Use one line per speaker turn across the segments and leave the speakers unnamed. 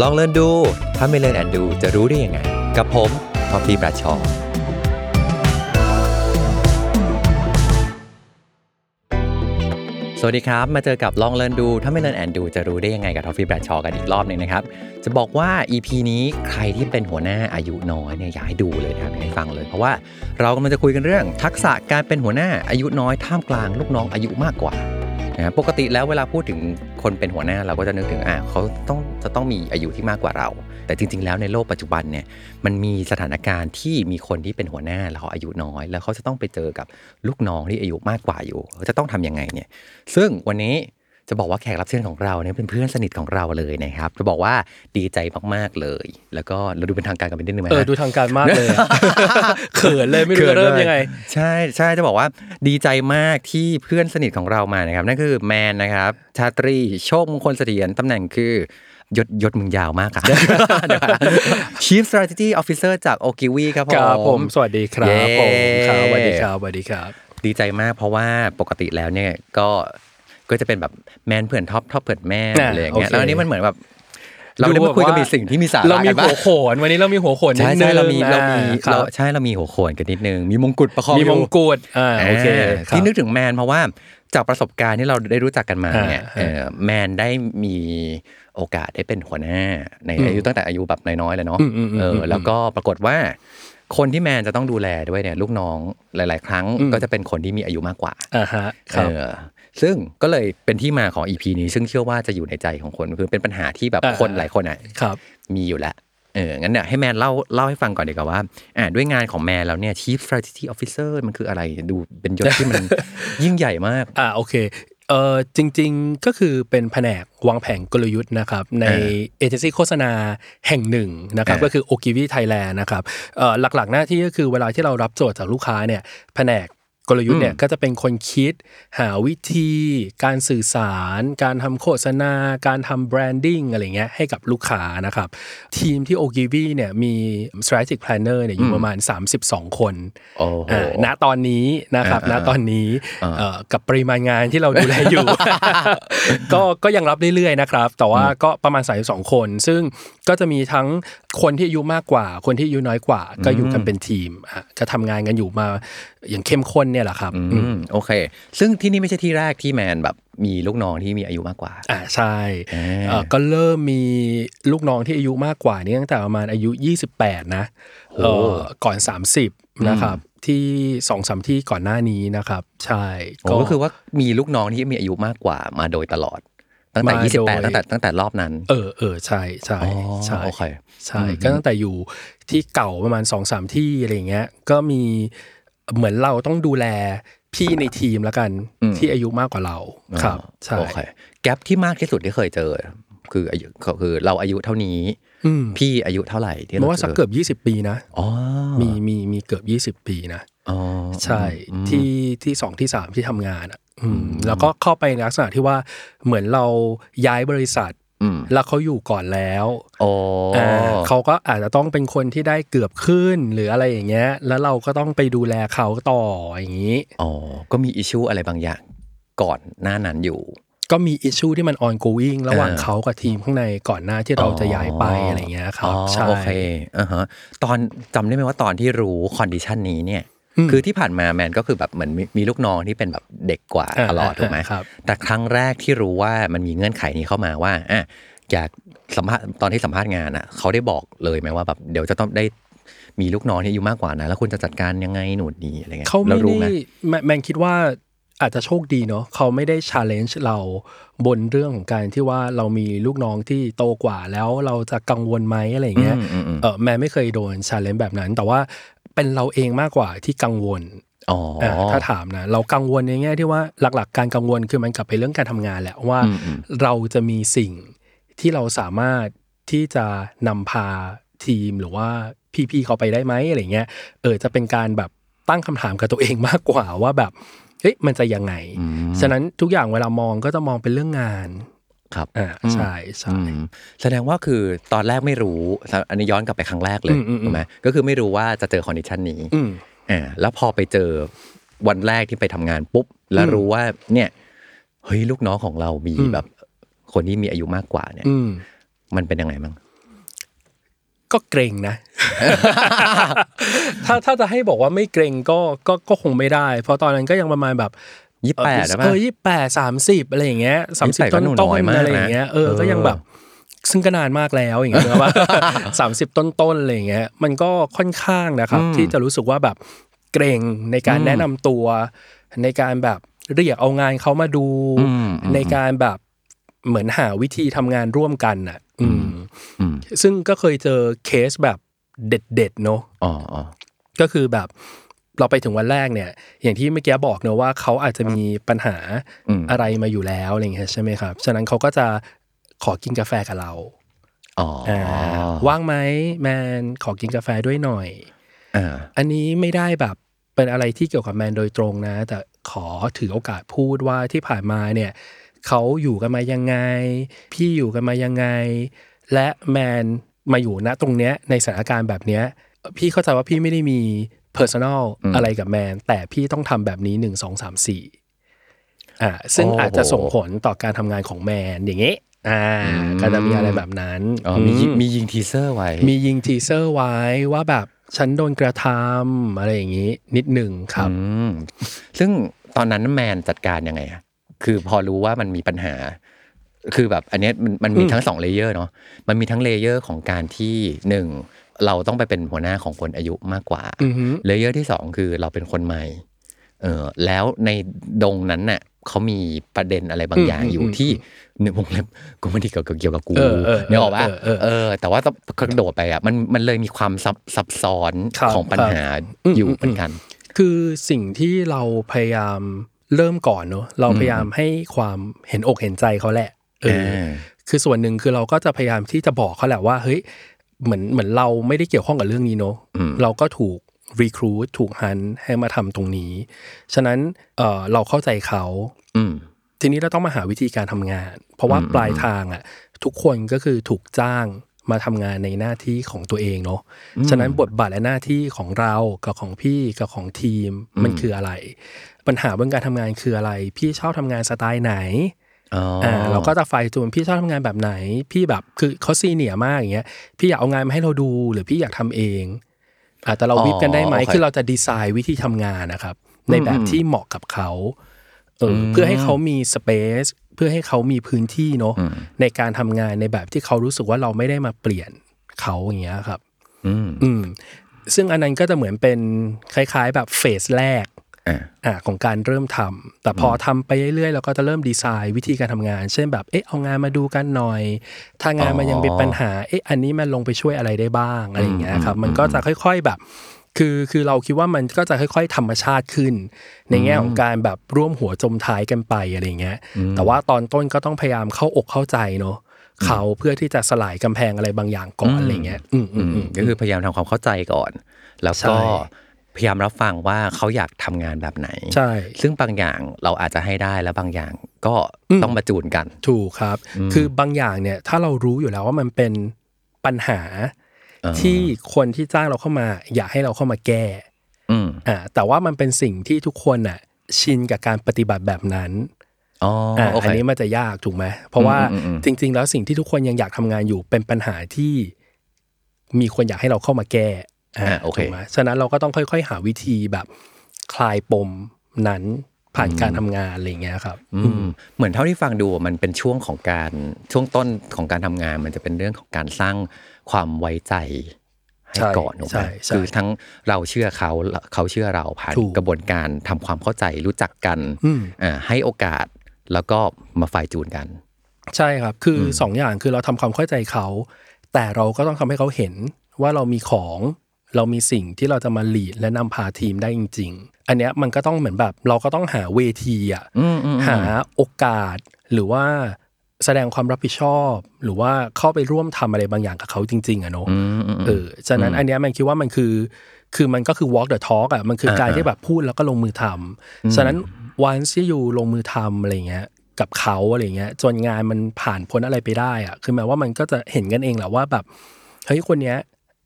ลองเรียนดู ถ้าไม่เรียนแอนดูจะรู้ได้ยังไง กับผมทอมพีประชอสวัสดีครับ มาเจอกับลองเรียนดู ถ้าไม่เรียนแอนดูจะรู้ได้ยังไงกับทอฟฟี่แบรดชอกันอีกรอบหนึ่งนะครับ จะบอกว่า EP นี้ใครที่เป็นหัวหน้าอายุน้อยเนี่ยอยากให้ดูเลยนะครับอยากให้ฟังเลย เพราะว่าเรากำลังจะคุยกันเรื่อง ทักษะการเป็นหัวหน้าอายุน้อยท่ามกลางลูกน้องอายุมากกว่า นะครับปกติแล้วเวลาพูดถึงคนเป็นหัวหน้าเราก็จะนึกถึงอ่าเขาต้องจะต้องมีอายุที่มากกว่าเรา แต่จริง ๆ แล้วในโลกปัจจุบันเนี่ยมันมีสถานการณ์ที่มีคนที่เป็นหัวหน้าแล้วเขาอายุน้อย แล้วเขาจะต้องไปเจอกับลูกน้องที่อายุมากกว่าอยู่เขาจะต้องทำยังไงเนี่ยซึ่งวันนี้จะบอกว่าแขกรับเชิญของเราเนี่ยเป็นเพื่อนสนิทของเราเลยนะครับจะบอกว่าดีใจมากๆเลย แล้วก็เราดูเป็นทางการกันไปนิดนึงไหม
เออ
ฮะ
ดูท างการมากเลย อะ เขินเลยไม่รู้จะเริ่มยังไง
ใช่ใช่จะบอกว่าดีใจมากที่เพื่อนสนิทของเรามานะครับ นั่นคือแมนนะครับ ชาตรีโชคมงคลเสถียรตำแหน่งคือยศยศมึงยาวมากอะ เดี๋ยวก่อนนะ Chief Strategy Officer จาก o k i w i ครับผม
ครับผมสวัสดีครับ
เย้
ผมครับสวัสดีครับสวัสดีครับ
ดีใจมากเพราะว่าปกติแล้วเนี่ยก็ก็จะเป็นแบบแมนเผื่อนท็อปท็อปเผื่อนแม่
ะ
อะไรอย่างเงี้ย
โอเค
แล้วอันนี้มันเหมือนแบบ เราได้มาคุยกันในสิ่งที่มีสา
เรา
ระ
มี
กันบ้า
หั
ง
วโขนวันนี้เรามีหัวโขนนิด
ใช่
นึ
ใช่
ง
เรามีเรามี
อ่ค
เรา
บ
ใช่เรามีหัวโขนกันนิดนึงมีมงกุฎประคอง
มีมง
อยู่
กุฎอ่าโอเคครั
ที่
บ
นึกถึงแมนเพราะว่าจากประสบการณ์ที่เราได้รู้จักกันมาเนี่ย
อ่า
เอ่อแมนได้มีโอกาสได้เป็นหัวหน้าใน
อืม
อายุตั้งแต่อายุแบบน้อยๆเลยเนาะ
อืมอืมอืม
เอออ
ม
แล้วก็ปรากฏว่า คนที่แมนจะต้องดูแลด้วยเนี่ยลูกน้องหลาย ๆ ครั้ง
อืม
ก็จะเป็นคนที่มีอายุมากกว่า
อ่าฮะครับ
เออซึ่งก็เลยเป็นที่มาของ EP นี้ ซึ่งเชื่อว่าจะอยู่ในใจของคนคือเป็นปัญหาที่แบบ
อ่า
คนหลายคนอ่ะ
ครับ
มีอยู่แล้ว เออ งั้นเนี่ยให้แมนเล่าเล่าให้ฟังก่อนดีกว่าว่า อ่าด้วยงานของแมนแล้วเนี่ย Chief Strategy Officer มันคืออะไร ดูเป็นยศที่มัน ยิ่งใหญ่มาก
อ่าโอเคเออจริงๆก็คือเป็นแผนกวางแผนกลยุทธ์นะครับใน
อ่า
เอเจนซี่โฆษณาแห่งหนึ่งนะครับ
อ่า
ก็คือโอกิวีไทยแลนด์นะครับเอ่อหลักๆหน้าที่ก็คือเวลาที่เรารับโจทย์จากลูกค้าเนี่ยแผนกกลยุทธ์เนี่ยก็จะเป็นคนคิด หาวิธี การสื่อสาร การทำโฆษณา การทำแบรนดิ้งอะไรเงี้ยให้กับลูกค้านะครับทีมที่โอกิวีเนี่ยมี strategic planner เนี่ยอยู่
อืม
ประมาณ 32 คน
โอ้โห
อ่าณตอนนี้นะครับ ณ
อ่า
ตอนนี้
อ่า
เอ่อกับปริมาณงานที่เราดูแล อยู่ ก็ก็ยังรับเรื่อยๆนะครับ แต่ว่าก็ประมาณสายสองคน ซึ่งก็จะมีทั้งคนที่อายุมากกว่า คนที่อายุน้อยกว่า ก็อยู่กันเป็นทีมอ่ะก็ทำงานกันอยู่มาอย่างเข้มข้นเนี่ยแหละครับ
ื
อืม
ม โอเค ซึ่งที่นี่ไม่ใช่ที่แรกที่แมนแบบมีลูกน้องที่มีอายุมากกว่า
อ่าใช่
อ่า
เอ่อก็เริ่มมีลูกน้องที่อายุมากกว่านี่ตั้งแต่ประมาณอายุ 28 นะเอ่อก่อน 30 นะครับ ที่สองสามที่ก่อนหน้านี้นะครับ ใช่
โอ้ก็คือว่ามีลูกน้องที่มีอายุมากกว่ามาโดยตลอด ตั้งแต่
มาโดย
28 ตั้งแต่ตั้งแต่รอบนั้น
เออเออใช่ใช่
อ๋อ
ใช่
โอเค
ใช่ก็ตั้งแต่อยู่ที่เก่าประมาณสองสามที่อะไรอย่างเงี้ยก็มีเหมือนเราต้องดูแลพี่ในทีมละกัน
อืม
ที่อายุมากกว่าเราครับ
อ๋อ
ใช่
โอเค แกปที่มากที่สุดที่เคยเจอ คืออายุคือเราอายุเท่านี้
อืม
พี่อายุเท่าไหร่ที่
เพ
เรา
ราะว่าสัก
จอ
เกือบยี่สิบปีนะ
อ๋อ
มีมีมีเกือบยี่สิบ20 ปีนะ
อ๋อ
ใช่
อืม
ที่ที่สองที่สามที่ทำงานอ่ะอืมแล้วก็เข้าไปในลักษณะที่ว่าเหมือนเราย้ายบริษัท
อืม
แล้วเขาอยู่ก่อนแล้ว
โอ้
อ่าเขาก็อาจจะต้องเป็นคนที่ได้เกือบขึ้นหรืออะไรอย่างเงี้ย แล้วเราก็ต้องไปดูแลเขาต่ออย่างนี้
อ๋อ ก็มีอิช e อะไรบางอย่างก่อนหน้านั้นอยู่
ก็มีอิชชูที่มัน ongoing ระหว่าง
อ่า
เขากับทีมข้างในก่อนหน้าที่เราจะย้ายไปอะไรเงี้ยครับ
อ๋อ
ใช่
โอเคอ่าฮะตอนจำได้ไหมว่าตอนที่รู้คอนดิชันนี้เนี่ย
ม
คือที่ผ่านมาแมนก็คือแบบเหมือนมีมีลูกน้องที่เป็นแบบเด็กกว่า
า
ตลอดถูกไหม
ครับ
แต่ครั้งแรกที่รู้ว่ามันมีเงื่อนไขนี้เข้ามาว่าอ่ะอยากสัมภาษณ์ตอนที่สัมภาษณ์งานอ่ะ เขาได้บอกเลยไหมว่าแบบเดี๋ยวจะต้องได้มีลูกน้องที่อายุมากกว่านะ แล้วคุณจะจัดการยังไงหนูนนี่อะไรเงี้ย
เขา
ร
ไม่
รู้ไหม
ได้แมแมนคิดว่า อาจจะโชคดีเนาะเขาไม่ได้ชาร์เลนจ์เราบนเรื่องของการที่ว่าเรามีลูกน้องที่โตกว่าแล้วเราจะกังวลไหมอะไรอย่างเงี้ย
อืมอืมอืม
เออแม่ไม่เคยโดนชาเลนจ์แบบนั้น แต่ว่าเป็นเราเองมากกว่าที่กังวล
อ๋ออ่
ะถ้าถามนะ เรากังวลในแง่ที่ว่าหลัก ๆ การกังวลคือมันกลับไปเรื่องการทำงานแหละว่า
อืมอืม
เราจะมีสิ่งที่เราสามารถที่จะนำพาทีมหรือว่าพี่ๆเขาไปได้ไหมอะไรเงี้ยเออจะเป็นการแบบตั้งคำถามกับตัวเองมากกว่าว่าแบบเฮ้ยมันจะยังไง
อืม
ฉะนั้นทุกอย่างเวลามองก็จะมองเป็นเรื่องงาน
ครับ
อ่าใช่ใช่
อืมแสดงว่าคือตอนแรกไม่รู้อันนี้ย้อนกลับไปครั้งแรกเลย
อืมอืมอืม
ถูกไหมก็คือไม่รู้ว่าจะเจอคอนดิชันนี้
อืม
อ่าแล้วพอไปเจอวันแรกที่ไปทำงานปุ๊บ แล้วรู้ว่าเนี่ยเฮ้ยลูกน้องของเรามี
อืม
แบบ คนที่มีอายุมากกว่าเนี่ย
อืม
มันเป็นยังไงมั้ง
ก็เกรงนะ ถ้าถ้าจะให้บอกว่าไม่เกรงก็ก็ก็คงไม่ได้ เพราะตอนนั้นก็ยังประมาณแบบ
ยี่สิบแปด
เออ
ใช่ปะ
เออยี่แปดสามสิบอะไรอย่างเงี้ยสามสิบ
28ก็
ต้น
หนูน้
ต้
อย
น
มาก
อะไรอย่างเงี้ย
นะ
เออ
เออ
ก็ยังแบบ ซึ่งก็นานมากแล้วอย่างเงี้ยว่า สามสิบต้นต้นๆอะไรอย่างเงี้ยมันก็ค่อนข้างนะครับ ที่จะรู้สึกว่าแบบเกรงในการแนะนำตัว ในการแบบเรียกเอางานเขามาดู
อืมอืม
ในการแบบเหมือนหาวิธีทำงานร่วมกันอ่ะ อืม
อืม
ซึ่งก็เคยเจอเคสแบบเด็ดๆเนอะ
อ๋ออ๋อ
ก็คือแบบเราไปถึงวันแรกเนี่ย อย่างที่เมื่อกี้บอกเนอะว่าเขาอาจจะมีปัญหา
อืม
อะไรมาอยู่แล้วอะไรอย่างเงี้ยใช่ไหมครับ ฉะนั้นเขาก็จะขอกินกาแฟกับเรา
อ๋ออา
ว่างไหมแมนขอกินกาแฟด้วยหน่อย
อ่า
อันนี้ไม่ได้แบบเป็นอะไรที่เกี่ยวกับแมนโดยตรงนะ แต่ขอถือโอกาสพูดว่าที่ผ่านมาเนี่ยเขาอยู่กันมายังไง พี่อยู่กันมายังไง และแมนมาอยู่ณตรงเนี้ยในสถานการณ์แบบเนี้ยพี่เข้าใจว่าพี่ไม่ได้มี personal อะไรกับแมน แต่พี่ต้องทำแบบนี้ 1 2 3 4อ่าซึ่งอาจจะส่งผลต่อการทำงานของแมนอย่างเงี้ยอ่าก็จะมีอะไรแบบนั้น
อ๋อมียิมียิงทีเซอร์ไว้
มียิงทีเซอร์ไว้ว่าแบบฉันโดนกระทำอะไรอย่างนี้นิดหนึ่งครับ
อืมซึ่งตอนนั้นแมนจัดการยังไงอะคือพอรู้ว่ามันมีปัญหา คือแบบอันเนี้ยมันมันมี
อืม
ทั้งสองเลเยอร์เนาะ มันมีทั้งเลเยอร์ของการที่หนึ่งเราต้องไปเป็นหัวหน้าของคนอายุมากกว่า
อือฮึ
เลเยอร์ที่สองคือเราเป็นคนใหม่ เออแล้วในดงนั้นน่ะเขามีประเด็นอะไรบางอย่างอยู่ที่หนึ่งวงเล็บกูไม่ได้เกี่ยวกับเกี่ยวกับกู
เออเออ
เนี่ยออกว่า
เออเออ
เออ แต่ว่าต้องกระโดดไปอ่ะมันมันเลยมีความซับซับซ้อน
ครับ
ของปัญหา
ครับ
อยู่
อืม
เหมือนกัน
คือสิ่งที่เราพยายามเริ่มก่อนเนอะเราพยายามให้ความเห็นอกเห็นใจเขาแหละเอออ คือส่วนหนึ่งคือเราก็จะพยายามที่จะบอกเขาแหละว่าเฮ้ยเหมือนเหมือนเราไม่ได้เกี่ยวข้องกับเรื่องนี้เนอะ
อืม
เราก็ถูกรีครูทถูกฮันให้มาทำตรงนี้ ฉะนั้นเอ่อเราเข้าใจเขา
อืม
ทีนี้เราต้องมาหาวิธีการทำงาน เพราะว่า
อืม
ปลายทางอ่ะทุกคนก็คือถูกจ้างมาทำงานในหน้าที่ของตัวเองเนาะฉะนั้นบทบาทและหน้าที่ของเรากับของพี่กับของทีมมันคืออะไร ปัญหาเรื่องการทำงานคืออะไร พี่ชอบทำงานสไตล์ไหน
อ๋ออ
อ่าเราก็จะไฟจูนพี่ชอบทำงานแบบไหน พี่แบบคือเขาซีเนียร์มากอย่างเงี้ยพี่อยากเอางานมาให้เราดูหรือพี่อยากทำเองอ่าแต่เรา
อ๋อ
วิบกันได้ไหม
โอเค
คือเราจะดีไซน์วิธีทำงานนะครับ ในแบบ
อืม
ที่เหมาะกับเขา เอออเพื่อให้เขามีสเปซเพื่อให้เขามีพื้นที่เนาะในการทำงานในแบบที่เขารู้สึกว่าเราไม่ได้มาเปลี่ยนเขาอย่างเงี้ยครับ
อืม
อืม ซึ่งอันนั้นก็จะเหมือนเป็นคล้ายๆ แบบเฟสแรก
อ่ะ
อ่ะของการเริ่มทำแต่พอทำไปเรื่อยๆเราก็จะเริ่มดีไซน์วิธีการทำงาน เช่นแบบเอ๊ะเอางานมาดูกันหน่อย ถ้างานมันยังเป็นปัญหาเอ๊ะอันนี้มันลงไปช่วยอะไรได้บ้างอะไรอย่างเงี้ยครับ มันก็จะค่อย ๆแบบ คือคือเราคิดว่ามันก็จะค่อย ๆ ธรรมชาติขึ้น ในแง่ของการแบบร่วมหัวจมท้ายกันไปอะไรอย่างเงี้ย แต่ว่าตอนต้นก็ต้องพยายามเข้าอกเข้าใจเนาะเขาเพื่อที่จะสลายกำแพงอะไรบางอย่างก่อนอะไรเงี้ยอืมอื
อื
ม
ม
อืม
ก็คือพยายามทำความเข้าใจก่อน แล้ว
ใช่
ก็พยายามรับฟังว่าเขาอยากทำงานแบบไหน
ใช่
ซึ่งบางอย่างเราอาจจะให้ได้แล้วบางอย่างก็ต้องมาจูนกัน
ถูกครับ คือบางอย่างเนี่ยถ้าเรารู้อยู่แล้วว่ามันเป็นปัญหา
อ่า
ที่คนที่จ้างเราเข้ามา อยากให้เราเข้ามาแก้
อืม
อ่าแต่ว่ามันเป็นสิ่งที่ทุกคนอ่ะชินกับการปฏิบัติแบบนั้น
อ๋อ
อ่า
โอ
อั
เคน
นี้มันจะยากถูกไหมเพราะว่าจริง ๆ แล้วสิ่งที่ทุกคนยังอยากทำงานอยู่เป็นปัญหาที่มีคนอยากให้เราเข้ามาแก้อ่า
อ่ะโอเค
ถูกไหมฉะนั้นเราก็ต้องค่อย ๆ หาวิธีแบบคลายปมนั้นผ่านการทำงานอะไรอย่างเงี้ยครับ
อืมเหมือนเท่าที่ฟังดูอะมันเป็นช่วงของการช่วงต้นของการทำงาน มันจะเป็นเรื่องของการสร้างความไว้ใจ ให้
ใช่
ก่อนถูกไหม
ใช่ใช่
คือทั้งเราเชื่อเขาและเขาเชื่อเราผ่าน
ถูก
กระบวนการทำความเข้าใจรู้จักกัน
อืม
อ่าให้โอกาสแล้วก็มาฝ่ายจูนกัน
ใช่ครับ คืออ
ม
สองอย่างคือเราทำความเข้าใจเขา แต่เราก็ต้องทำให้เขาเห็นว่าเรามีของ เรามีสิ่งที่เราจะมาหลีดและนำพาทีมได้จริง ๆ อันเนี้ยมันก็ต้องเหมือนแบบ เราก็ต้องหาเวทีอะ
อืมอืมอืม
หาโอกาส หรือว่าแสดงความรับผิดชอบ หรือว่าเข้าไปร่วมทำอะไรบางอย่างกับเขาจริง ๆอะเนาะ
อืมอืมอืม
เออ ฉะนั้นอันเนี้ยมันคิดว่ามันคือ คือมันก็คือ walk the talk อ่ะ มันคือการ
อ่าๆ
ที่แบบพูดแล้วก็ลงมือทำ ฉะนั้นวันที่อยู่ลงมือทำอะไรเงี้ย กับเขาอะไรเงี้ย จนงานมันผ่านพ้นอะไรไปได้อ่ะ คือหมายว่ามันก็จะเห็นกันเองแหละว่าแบบ เฮ้ยคนเนี้ย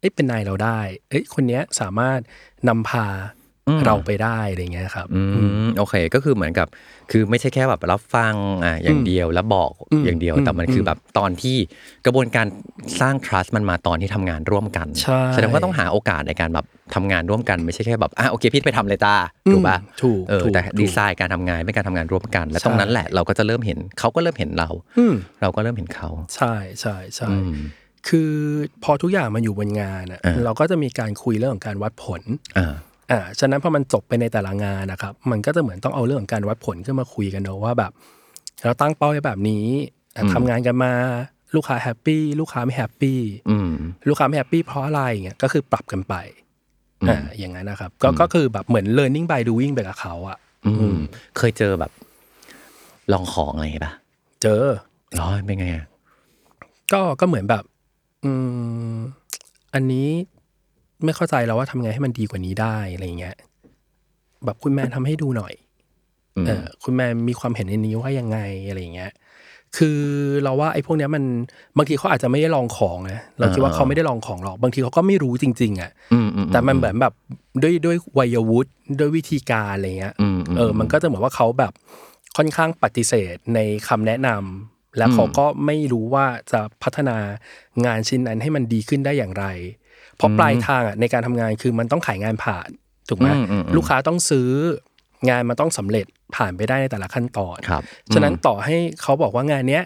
เอ้ยเป็นนายเราได้ เอ้ยคนเนี้ยสามารถนำพา
อืม
เราไปได้อะไรเงี้ยครับ
อืมโอเคก็คือเหมือนกับ คือไม่ใช่แค่แบบรับฟังอ่ะอย่างเดียวแล้วบอก
อืม
อย่างเดียว
อืม
แต่มันคือแบบตอนที่กระบวนการสร้าง trust มันมาตอนที่ทำงานร่วมกัน
ใช่
แสดงว่าต้องหาโอกาสในการแบบทำงานร่วมกันไม่ใช่แค่แบบอ่ะโอเคพี่ไปทำเลยจ้าถูกปะ
อืมถูก
เออ
ถูก
แต่ดีไซ
ถูก
น์การทำงานเป็นการทำงานร่วมกัน และ
ใช่
ตรงนั้นแหละเราก็จะเริ่มเห็นเขาก็เริ่มเห็นเรา
อืม
เราก็เริ่มเห็นเขา
ใช่ใช่ใช่
อืม
คือพอทุกอย่างมันอยู่บนงานอะ
อ่า
เราก็จะมีการคุยเรื่องของการวัดผล
อ่า
อ่า ฉะนั้นพอมันจบไปในแต่ละงานนะครับ มันก็จะเหมือนต้องเอาเรื่องของการวัดผลขึ้นมาคุยกันเนอะว่าแบบ เราตั้งเป้าไว้แบบนี้อ่ะ
อืม
ทำงานกันมาลูกค้าแฮปปี้ลูกค้าไม่แฮปปี้
อืม
ลูกค้าไม่แฮปปี้เพราะอะไรเงี้ยก็คือปรับกันไป
อืม
อ่าอย่างนั้นนะครับ ก็ก็คือแบบเหมือน learning by doing ไปกับเขาอะ
อืมเคยเจอแบบ ลองของอะไรอย่างเงี้ยปะ
เจอ
ร้อยเป็นไงอ่ะ
ก็ก็เหมือนแบบ อืม อันนี้ไม่เข้าใจแล้วว่าทำไงให้มันดีกว่านี้ได้อะไรอย่างเงี้ย แบบคุณแม่ทำให้ดูหน่อย
อืม
เออคุณแม่มีความเห็นในนี้ว่ายังไงอะไรอย่างเงี้ย คือเราว่าไอ้พวกเนี้ยมันบางทีเขาอาจจะไม่ได้ลองของนะเราคิดว่าเขาไม่ได้ลองของหรอก บางทีเขาก็ไม่รู้จริง ๆอ่ะ
อืมอืมอืม
แต่มันเหมือนแบบด้วยด้วยวัยวุฒิด้วยวิธีการอะไรเงี้ย
อืมอืม
เออมันก็จะเหมือนว่าเขาแบบค่อนข้างปฏิเสธในคำแนะนำแล้วเขาก็ไม่รู้ว่าจะพัฒนางานชิ้นนั้นให้มันดีขึ้นได้อย่างไร เพราะปลายทางอ่ะในการทำงานคือมันต้องขายงานผ่านถูกไหม
อืมอืมอืม
ลูกค้าต้องซื้องานมันต้องสำเร็จผ่านไปได้ในแต่ละขั้นตอน
ครับ
ฉะนั้นต่อให้เขาบอกว่างานเนี้ย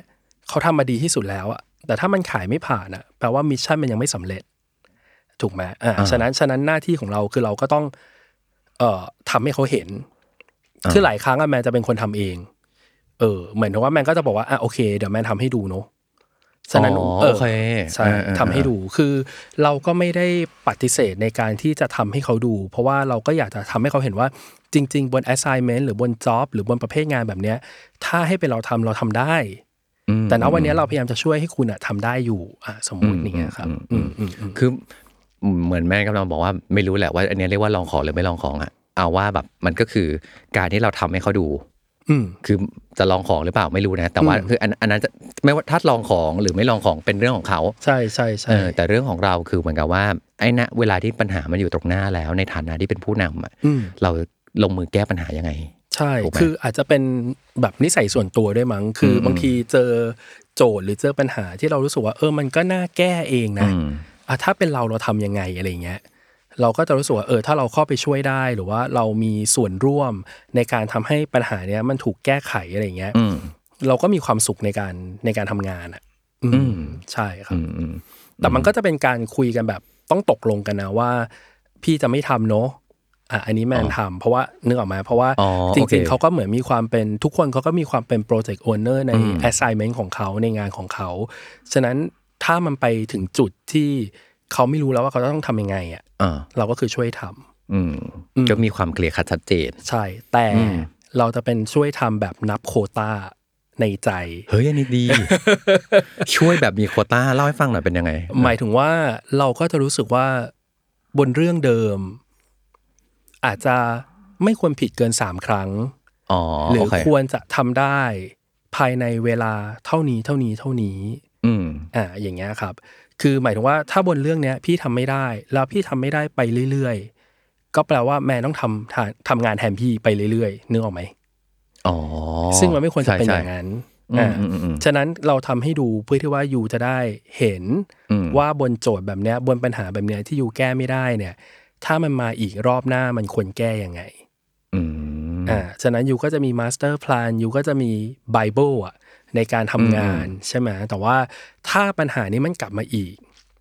เขาทำมาดีที่สุดแล้วอะแต่ถ้ามันขายไม่ผ่านอะแปลว่ามิชชั่นมันยังไม่สำเร็จ ถูกไหมอ่า
อ่า
ฉะนั้นฉะนั้นหน้าที่ของเราคือเราก็ต้อง เอ่อทำให้เขาเห็น
อ่า
คือหลายครั้งอะแมนจะเป็นคนทำเอง เออ เหมือนกับว่าแมนก็จะบอกว่าอ่ะโอเค เดี๋ยวแมนทำให้ดูเนอะฉะนั้น
อ๋อ
เอ
โอ
อ
เค
ใช่
เออเออ
ทำให้ดูคือ เราก็ไม่ได้ปฏิเสธในการที่จะทำให้เขาดู เพราะว่าเราก็อยากจะทำให้เขาเห็นว่าจริง ๆ บน assignment หรือบน job หรือบนประเภทงานแบบเนี้ย ถ้าให้เป็นเราทำเราทำได้
อืม
แต่ณวันเนี้ยเราพยายามจะช่วยให้คุณอะทำได้อยู่อ่ะสมมุติอย่างเงี้ยครับอืมอืมอืม
คือเหมือนแม่กำลังบอกว่าไม่รู้แหละว่า อันเนี้ยเรียกว่าลองของหรือไม่ลองของอ่ะเอาว่าแบบมันก็คือการที่เราทำให้เขาดู
อืม
คือจะลองของหรือเปล่าไม่รู้นะ แต่ว่า
อืม
คืออันอันนั้นจะไม่ว่าถ้าลองของหรือไม่ลองของเป็นเรื่องของเขา
ใช่ใช่ใช่
เออแต่เรื่องของเราคือเหมือนกับว่าไอ้ณเวลาที่ปัญหามันอยู่ตรงหน้าแล้วในฐานะที่เป็นผู้นำอะ
อืม
เราลงมือแก้ปัญหายังไง
ใช่
ถูกไหม
คืออาจจะเป็นแบบนิสัยส่วนตัวด้วยมั้ง คืออ
ม
บางทีเจอโจทย์หรือเจอปัญหาที่เรารู้สึกว่าเออ มันก็น่าแก้เองนะ
อืม
อ่ะถ้าเป็นเราเราทำยังไงอะไรเงี้ย เราก็จะรู้สึกว่าเออ ถ้าเราเข้าไปช่วยได้หรือว่าเรามีส่วนร่วมในการทำให้ปัญหาเนี้ยมันถูกแก้ไขอะไรเงี้ย
อืม
เราก็มีความสุขในการในการทำงานอ่ะ อื
อื
ม
ม
ใช่ครับ
อืมอืม
แต่มันก็จะเป็นการคุยกันแบบต้องตกลงกันนะว่า พี่จะไม่ทำเนอะอ่ะอันนี้แมนทำเพราะว่านึกออกไหมเพราะว่า
อ๋อ
จ
โอเค
ริงๆเขาก็เหมือนมีความเป็นทุกคนเขาก็มีความเป็นโปรเจกต์โอเนอร์ใน
อืม
assignment ของเขาในงานของเขา ฉะนั้นถ้ามันไปถึงจุดที่เขาไม่รู้แล้วว่าเขาต้องทำยังไงอ่ะ
อ่า
เราก็คือช่วยทำ
อืม
อืม
ก็มีความเคลียร์คัดชัดเจน
ใช่ แต่
อืม
เราจะเป็นช่วยทำแบบนับโควตาใน ใจ
เฮ้ยอันนี้ ดี ช่วยแบบมีโควต้าเล่าให้ฟังหน่อยเป็นยังไง
หมายถึงว่าเราก็จะรู้สึกว่าบนเรื่องเดิม อาจจะไม่ควรผิดเกินสามครั้ง
อ๋อ
หรื
โอเค
ควรจะทำได้ภายในเวลาเท่านี้เท่านี้เท่านี้
อืม
อ่าอย่างเงี้ยครับ คือหมายถึงว่าถ้าบนเรื่องเนี้ย พี่ทำไม่ได้ แล้วพี่ทำไม่ได้ไปเรื่อยๆ ก็แปลว่าแม่ต้องทำทาทำงานแทนพี่ไปเรื่อยๆนึกออกไหม
อ๋อ
ซึ่งมันไม่ควรจะเป็น
ใช่
อย่างนั้น
ใช่
อ่า
อืมอืมอืม
ฉะนั้นเราทำให้ดูเพื่อที่ว่ายูจะได้เห็น
อืม
ว่าบนโจทย์แบบเนี้ยบนปัญหาแบบเนี้ยที่ยูแก้ไม่ได้เนี่ย ถ้ามันมาอีกรอบหน้ามันควรแก้ยังไง
อืม
อ่าฉะนั้นยูก็จะมีมาสเตอร์ l a n นยูก็จะมีไบเบิลอ่ะในการทำงานใช่ไหมแต่ว่าถ้าปัญหานี้มันกลับมาอีก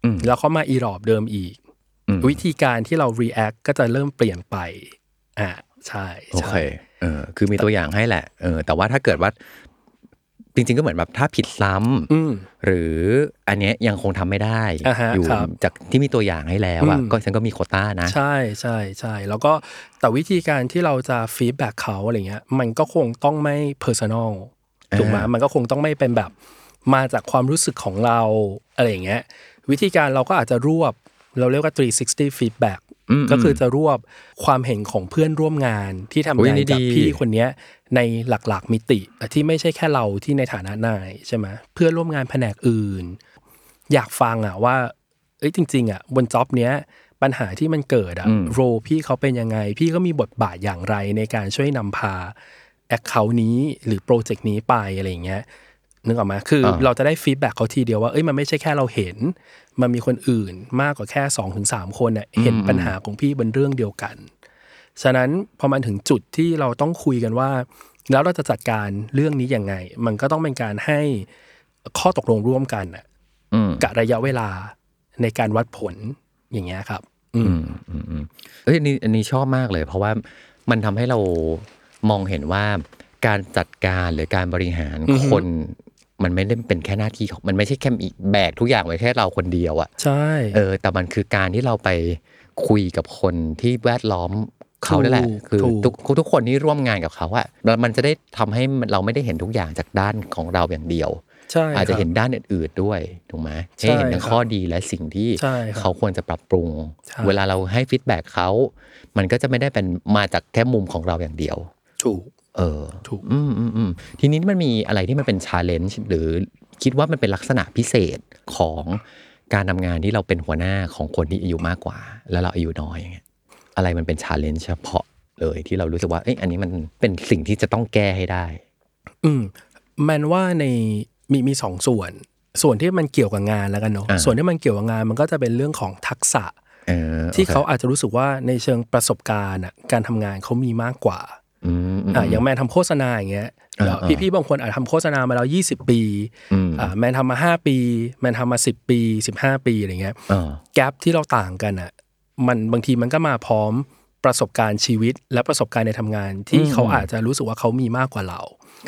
อืม
แล้วเขามาอีรอบเดิมอีก
อืม
วิธีการที่เรา react ก็จะเริ่มเปลี่ยนไปอ่าใช่
โอ
ใช่
เค เออ คือมีตัวอย่างให้แหละ เออ แต่ว่าถ้าเกิดว่า จริง ๆ ก็เหมือนแบบถ้าผิดซ้ำ
อืม
หรืออันเนี้ยยังคงทำไม่ได้
อ่าฮะ
อยู่
ครับ
จากที่มีตัวอย่างให้แล้วอะ
อืม
ก็ฉันก็มีโควต้านะ
ใช่ใช่ใช่แล้วก็แต่วิธีการที่เราจะฟีดแบ็กเขาอะไรเงี้ยมันก็คงต้องไม่เพอร์ซันอลถูกไหม
อ่ามั
มันก็คงต้องไม่เป็นแบบมาจากความรู้สึกของเราอะไรอย่างเงี้ยวิธีการเราก็อาจจะรวบเราเรียกว่า 360 feedback
ม
ก็คือจะรวบความเห็นของเพื่อนร่วมงานที่ทำ
อุ๊ย
งาน
นี่
กับ
ดี
พี่คนเนี้ยในหลากๆมิติแต่ที่ไม่ใช่แค่เราที่ในฐานะนายใช่ไหมเพื่อนร่วมงานแผนกอื่น อยากฟังอ่ะว่า เอ้ยจริง ๆอ่ะบนจ็อบเนี้ยปัญหาที่มันเกิดอ่ะ
อืม
โรพี่เขาเป็นยังไง พี่ก็มีบทบาทอย่างไรในการช่วยนำพาแอคเคาท์นี้หรือโปรเจกต์นี้ไปอะไรอย่างเงี้ยนึกออกไหมคือเราจะได้ฟีดแบ็กเขาทีเดียวว่าเอ้ยมันไม่ใช่แค่เราเห็น มันมีคนอื่นมากกว่าแค่2อถึงสคนเน่ะเห็นปัญหาของพี่บนเรื่องเดียวกัน ฉะนั้นพอมันถึงจุดที่เราต้องคุยกันว่า แล้วเราจะจัดการเรื่องนี้ยังไง มันก็ต้องเป็นการให้ข้อตกลงร่วมกันน่ะ
อืม
กะระยะเวลาในการวัดผลอย่างเงี้ยครับ อื
อื
ม
มอืมอืมเอ้ยอันนี้อันนี้ชอบมากเลย เพราะว่ามันทำให้เรามองเห็นว่าการจัดการหรือการบริหาร
อือฮึ
คน มันไม่ได้เป็นแค่หน้าที่ของมันไม่ใช่แค่มีแบกทุกอย่างไว้แค่เราคนเดียวอะ
ใช่
เออ แต่มันคือการที่เราไปคุยกับคนที่แวดล้อมเขาได้แหละ
ถูก
คือ
ถูก
ทุกทุกคนที่ร่วมงานกับเขาอะแล้วมันจะได้ทำให้เราไม่ได้เห็นทุกอย่างจากด้านของเราอย่างเดียว
ใช่
อาจจะเห็น
ครับ
ด้านอื่นๆด้วยถูกไหม
ใช่
ให้เห็นทั้ง
ครับ
ข้อดีและสิ่งที่
ใช่ครับ
เขาควรจะปรับปรุง
ใช่
เวลาเราให้ฟีดแบ็กเขา มันก็จะไม่ได้เป็นมาจากแค่มุมของเราอย่างเดียว
ถูก
เออ
ถูก
อืมอืมอืมทีนี้มันมีอะไรที่มันเป็นชาเลนจ์หรือคิดว่ามันเป็นลักษณะพิเศษของการทำงานที่เราเป็นหัวหน้าของคนที่อายุมากกว่า แล้วเราอายุน้อยอย่างเงี้ยอะไรมันเป็นชาเลนจ์เฉพาะเลยที่เรารู้สึกว่าเอ้ยอันนี้มันเป็นสิ่งที่จะต้องแก้ให้ได้
อืมแมนว่าในมีมีสองส่วน ส่วนที่มันเกี่ยวกับงานแล้วกันเนาะ
อ่า
ส่วนที่มันเกี่ยวกับงานมันก็จะเป็นเรื่องของทักษะ
เออ
ที่เขา
โอค
อาจจะรู้สึกว่าในเชิงประสบการณ์อะการทำงานเขามีมากกว่า
อืมม
อ่ะอย่างแมนทำโฆษณาอย่างเงี้ย
อ่า
แล้ว
อ่า
พี่ๆบางคนอาจทำโฆษณามาแล้ว 20 ปี
อืม
อ่ะแมนทำมา 5 ปี แมนทำมา 10 ปี 15 ปีอะไรเงี้ย
เออ
แกลบที่เราต่างกันอ่ะมันบางทีมันก็มาพร้อมประสบการณ์ชีวิตและประสบการณ์ในทำงาน ที่
อืม
เขาอาจจะรู้สึกว่าเขามีมากกว่าเรา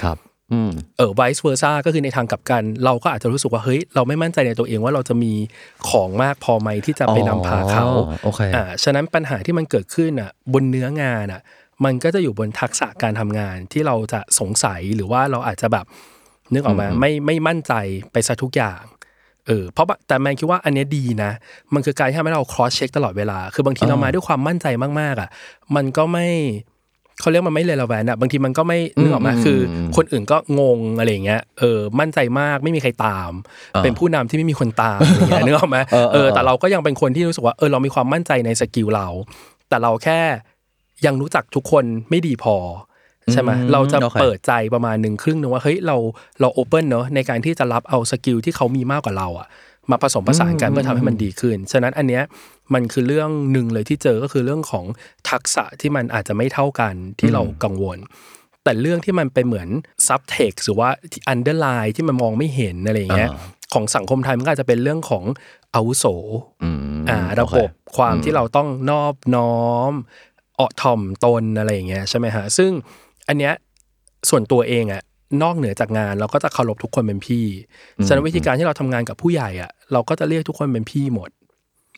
ครับ อืม
เออ vice versa ก็คือในทางกลับกัน เราก็อาจจะรู้สึกว่าเฮ้ยเราไม่มั่นใจในตัวเองว่าเราจะมีของมากพอไหมที่จะไปนำพาเขา
อ๋อโอเค
อ่าฉะนั้นปัญหาที่มันเกิดขึ้นอ่ะบนเนื้องานอ่ะมันก็จะอยู่บนทักษะการทำงานที่เราจะสงสัยหรือว่าเราอาจจะแบบนึกออกมาไม่ไม่มั่นใจไปซะทุกอย่าง เออเพราะว่าแต่แมนคิดว่าอันเนี้ยดีนะ มันคือการที่ทำให้เรา cross check ตลอดเวลา คือบางที
อ่า
เรามาด้วยความมั่นใจมากๆอ่ะ มันก็ไม่เขาเรียกมันไม่เลวแวนอ่ะบางทีมันก็ไม่นึกออกมาคือ คนอื่นก็งงอะไรอย่างเงี้ยเออมั่นใจมากไม่มีใครตาม เป็นผู้นำที่ไม่มีคน ตามอย่างเงี้ยนึกออกไหม
เออเออ
เออแต่เราก็ยังเป็นคนที่รู้สึกว่าเออเรามีความมั่นใจในสกิลเรา แต่เราแค่ยังรู้จักทุกคนไม่ดีพอ ใช่ไหม
อืม
เราจะ
โอเค
เปิดใจประมาณหนึ่งครึ่งหนึ่งว่าเฮ้ยเราเราโอเพ่นเนอะในการที่จะรับเอาสกิลที่เขามีมากกว่าเราอะมาผสมผสานกันเพื่อทำให้มันดีขึ้น ฉะนั้นอันเนี้ยมันคือเรื่องหนึ่งเลยที่เจอก็คือเรื่องของทักษะที่มันอาจจะไม่เท่ากันที่เรากังวล แต่เรื่องที่มันเป็นเหมือน subtext หรือว่าที่ underline ที่มันมองไม่เห็นอะไรอย่างเงี้ย
อ่า
ของสังคมไทยมันก็อาจจะเป็นเรื่องของอาวุโส
อืม
อ่าระ
โอเค
บบความ
อืม
ที่เราต้องนอบน้อมเอะถ่อมตนอะไรอย่างเงี้ยใช่ไหมฮะซึ่งอันเนี้ยส่วนตัวเองอะนอกเหนือจากงานเราก็จะเคารพทุกคนเป็นพี่ฉะนั้นวิธีการที่เราทำงานกับผู้ใหญ่อะเราก็จะเรียกทุกคนเป็นพี่หมด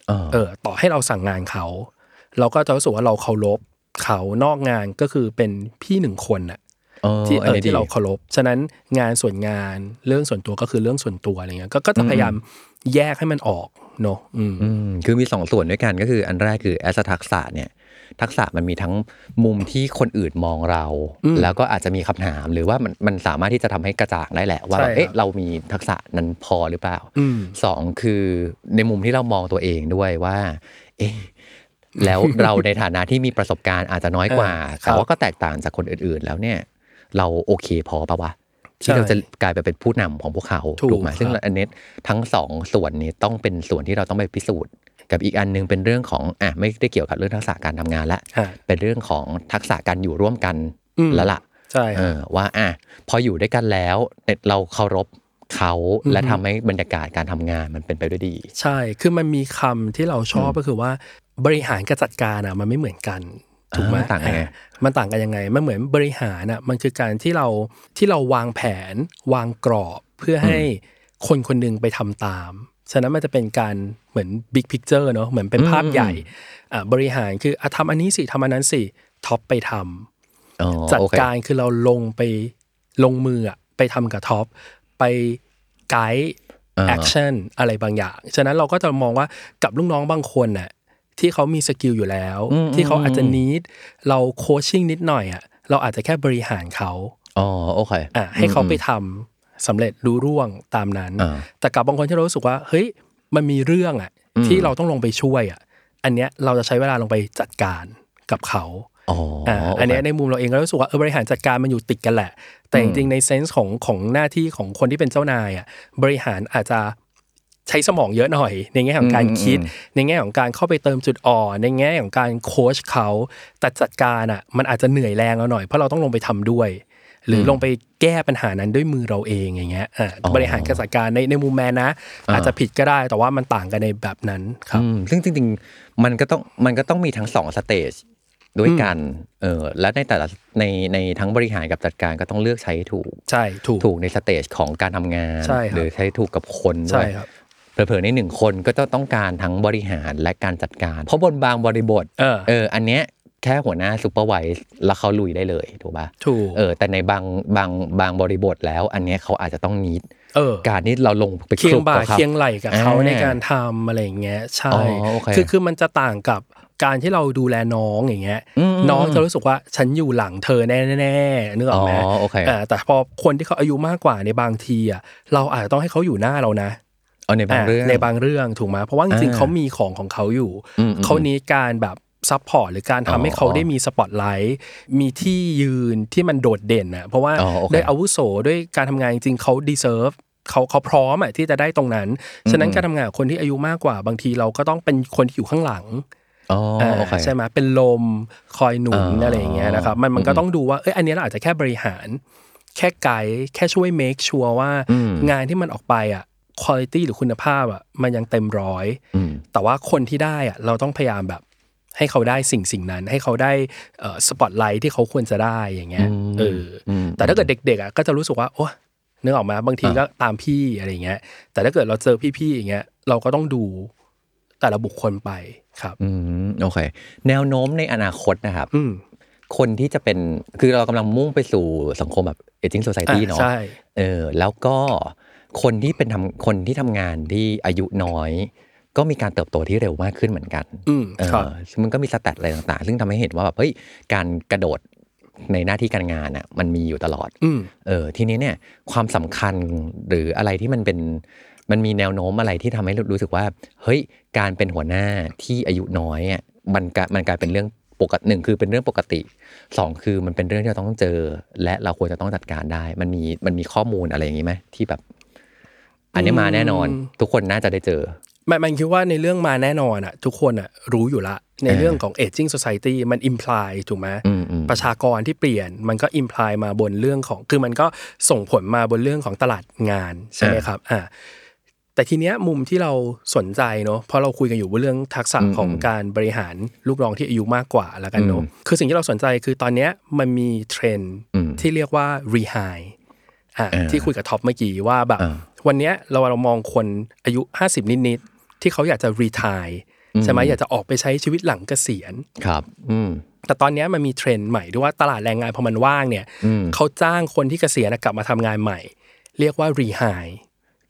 เออ
เออต่อให้เราสั่งงานเขา เราก็จะรู้สึกว่าเราเคารพเขานอกงานก็คือเป็นพี่หนึ่งคนอะ
เออ
ที่เอ
อัน
อ
นี้
ที่
ดี
เราเคารพ ฉะนั้นงานส่วนงานเรื่องส่วนตัวก็คือเรื่องส่วนตัวอะไรเงี้ยก็ก็จะพยายามแยกให้มันออกเนอะอืม
อืมคือมีสองส่วนด้วยกันก็คืออันแรกคือ as a ทักษะเนี่ย ทักษะมันมีทั้งมุมที่คนอื่นมองเรา
อืม
แล้วก็อาจจะมีคำถามหรือว่ามันมันสามารถที่จะทำให้กระจ่างได้แหละ ว่า
ใช่
แบบเอ๊ะ
ครับ
เรามีทักษะนั้นพอหรือเปล่า
อืม
สองคือในมุมที่เรามองตัวเองด้วยว่า เอ๊ะ แล้วเราในฐานะที่มีประสบการณ์อาจจะน้อยกว่า
เออครับ
แต่ว่าก็แตกต่างจากคนอื่นๆ แล้วเนี่ย เราโอเคพอปะวะที่
ใช่
เราจะกลายไปเป็นผู้นำของพวกเขา
ถูก
ไหม
ครับ
ซึ่งอันเนี้ยทั้งสองส่วนนี้ต้องเป็นส่วนที่เราต้องไปพิสูจน์ กับอีกอันหนึงเป็นเรื่องของอ่ะไม่ได้เกี่ยวกับเรื่องทักษะการทำงานละ
อ่ะ
เป็นเรื่องของทักษะการอยู่ร่วมกัน
อืม
แล้วล่ะ
ใช่
เอ
ฮะ
อว่าอ่ะพออยู่ด้วยกันแล้วเน็ตเราเคารพ เขา
อืม
และทำให้บรรยากาศการทำงานมันเป็นไปด้วยดี
ใช่ คือมันมีคำที่เราชอบก็คือว่าบริหารกับจัดการอ่ะมันไม่เหมือนกันถูกไหม
อ่ามันต่างยังไง
อ่ะมันต่างกันยังไง มันเหมือนบริหารอ่ะมันคือการที่เราที่เราวางแผน วางกรอบเพื่อให้คนคนหนึงไปทำตาม ฉะนั้นมันจะเป็นการเหมือนบิ๊กพิกเจอร์เนาะเหมือนเป็นภาพใหญ่อ่ะบริหารคืออะทำอันนี้สิทำอันนั้นสิท็อปไปทำ
อ๋อ
จัด
โอเค
การคือเราลงไปลงมืออะไปทำกับท็อป ไปไกด์
อ่า
แอคชั่นอะไรบางอย่าง ฉะนั้นเราก็จะมองว่ากับลูกน้องบางคนน่ะที่เขามีสกิลอยู่แล้ว ที่เขาอาจจะนิดเราโคชชิ่งนิดหน่อยอ่ะเราอาจจะแค่บริหารเขา
อ๋อโอเค
อ่ะให้เขาไปทำสำเร็จรู้ร่วงตามนั้น
อ่า
แต่กับบางคนที่เรารู้สึกว่าเฮ้ยมันมีเรื่องอ่ะที่เราต้องลงไปช่วยอ่ะอันเนี้ยเราจะใช้เวลาลงไปจัดการกับเขา
อ๋อ
อ่า
โเค
อันเนี้ยในมุมเราเองเรารู้สึกว่าเออบริหารจัดการมันอยู่ติดกันแหละ แต่จริงๆในเซนส์ของของหน้าที่ของคนที่เป็นเจ้านายอ่ะบริหารอาจจะใช้สมองเยอะหน่อย ในแง่ของการ
อืม
คิด
อืม
ในแง่ของการเข้าไปเติมจุดอ่อนในแง่ของการโค้ชเขาแต่จัดการอ่ะมันอาจจะเหนื่อยแรงเราหน่อยเพราะเราต้องลงไปทำด้วย หรือลงไปแก้ปัญหานั้นด้วยมือเราเองอย่างเงี้ยอ่าบริหารการจัดการในในมุมแมนนะ อาจจะผิดก็ได้แต่ว่ามันต่างกันในแบบนั้นครับ
อืมซึ่งจริงๆ มันก็ต้องมันก็ต้องมีทั้งสองสเตจด้วยกัน เออและในแต่ละในในทั้งบริหารกับจัดการก็ต้องเลือกใช้ให้ถูก
ใช่ถูก
ถูกในสเตจของการทำงาน
ใช่ครับ
หรือใช้ถูกกับคน
ใช่
ด้วย
ครับ
เผลอๆในหนึ่งคนก็จะต้องการทั้งบริหารและการจัดการ เพราะบนบางบริบท
เออ
เออ อันเนี้ยแค่หัวหน้าซูเปอร์ไวส์แล้วเขาลุยได้เลยถูกป่ะ
ถูก
เออ แต่ในบางบางบางบริบทแล้ว อันเนี้ยเขาอาจจะต้องนิด
เออ
การนี้เราลงไป
เคียงบ่า
กับขา
เคียงไหลกับเขา
อ่า
ในการทำอะไรอย่างเงี้ยใช่
อ๋อโอเค
คือคือมันจะต่างกับการที่เราดูแลน้องอย่างเงี้ย
อืม
น้องจะรู้สึกว่าฉันอยู่หลังเธอแน่แน่ๆนึกอ
อ๋
อ
อก
ไหม
โอเค
เออแต่พอคนที่เขาอายุมากกว่าในบางทีอ่ะเราอาจจะต้องให้เขาอยู่หน้าเรานะ
เอาในบางเรื่อง
ในบางเรื่องถูกไหมเพราะว่าจริงๆ
อ่า
เขามีของของเขาอยู่
อืมอืม
เขานี้การแบบซัพพอร์ตหรือการทำให้
อ๋อ
เขาได้มีสปอตไลท์มีที่ยืนที่มันโดดเด่นนะเพราะว่า
อ๋อโอเค
ด้วยอาวุโสด้วยการทำงานจริงๆเขาดีเซิร์ฟเขาเขาพร้อมอะที่จะได้ตรงนั้น ฉะนั้น
อืม
การทำงานกับคนที่อายุมากกว่าบางทีเราก็ต้องเป็นคนที่อยู่ข้างหลัง
อ๋อ
อ่า
โอเค
ใช่ไหมเป็นลมคอยหนุน
อ๋ออ
อะไรอย่างเงี้ยนะครับมันมันก็
อืม
ต้องดูว่าเอ้ยอันเนี้ยเราอาจจะแค่บริหาร แค่ไกด์แค่ช่วย make sure ว่า
อืม
งานที่มันออกไปอ่ะคุณภาพหรือคุณภาพอ่ะมันยังเต็มร้อย
อืม
แต่ว่าคนที่ได้อะเราต้องพยายามแบบ ให้เขาได้สิ่งสิ่งนั้น ให้เขาได้สปอตไลท์ที่เขาควรจะได้อย่างเงี้ย
อืม
เออ
อืม
แต่ถ้าเกิดเด็กๆอ่ะก็จะรู้สึกว่าโอ้นึกออกมาบางที
อ่า
ก็ตามพี่อะไรอย่างเงี้ย แต่ถ้าเกิดเราเจอพี่ๆอย่างเงี้ยเราก็ต้องดูแต่ละบุคคลไปครับ
อืมโอเค แนวโน้มในอนาคตนะครับ
อืม
คนที่จะเป็นคือเรากำลังมุ่งไปสู่สังคมแบบเอจิ้งโซซ i ตี้
อ่ะ
เนาะ
ใช่
เออแล้วก็คนที่เป็นทำคนที่ทำงานที่อายุน้อย ก็มีการเติบโตที่เร็วมากขึ้นเหมือนกัน
อืม
เอ
ครับ
อซึ่งมันก็มีสแตทอะไรต่างๆ ซึ่งทำให้เห็นว่าแบบเฮ้ยการกระโดดในหน้าที่การงานอ่ะมันมีอยู่ตลอด
อืม
เออทีนี้เนี่ยความสำคัญหรืออะไรที่มันเป็นมันมีแนวโน้มอะไรที่ทำให้รู้รู้สึกว่า เฮ้ยการเป็นหัวหน้าที่อายุน้อยอ่ะมันกะมันกลายเป็นเรื่องปกติหนึ่งคือเป็นเรื่องปกติสองคือมันเป็นเรื่องที่เราต้องเจอ และเราควรจะต้องจัดการได้ มันมีมันมีข้อมูลอะไรอย่างนี้ไหมที่แบบ อันนี้มาแน่นอน
อืม
ทุกคนน่าจะได้เจอ
มันมันคิดว่าในเรื่องมาแน่นอนอ่ะ ทุกคนอ่ะรู้อยู่ละ ใน
เออ
เรื่องของ aging society มัน imply ถูกไหม
อืมอืม
ประชากรที่เปลี่ยนมันก็อิมพลายมาบนเรื่องของคือมันก็ส่งผลมาบนเรื่องของตลาดงานใช่ไหม
อ่า
ครับอ่าแต่ทีเนี้ยมุมที่เราสนใจเนาะเพราะเราคุยกันอยู่ว่าเรื่องทักษะ
อืม
ของการบริหารลูกน้องที่อายุมากกว่าแล้วกันเนาะ
อืม
คือสิ่งที่เราสนใจคือตอนเนี้ยมันมีเทรนด์
อืม
ที่เรียกว่า re high อ่า
อ่า
ที่คุยกับท็อปเมื่อกี้ว่าแบบ
อ่า
วันเนี้ยเราเรามองคนอายุ 50 นิดๆที่เขาอยากจะ retire ใช่ไหม
อืม
อยากจะออกไปใช้ชีวิตหลังเกษียณ
ครับ อืม
แต่ตอนเนี้ยมันมีเทรนด์ใหม่ด้วยว่าตลาดแรงงานพอมันว่างเนี่ย
อืม
เขาจ้างคนที่เกษียณกลับมาทำงานใหม่ เรียกว่ารีไฮ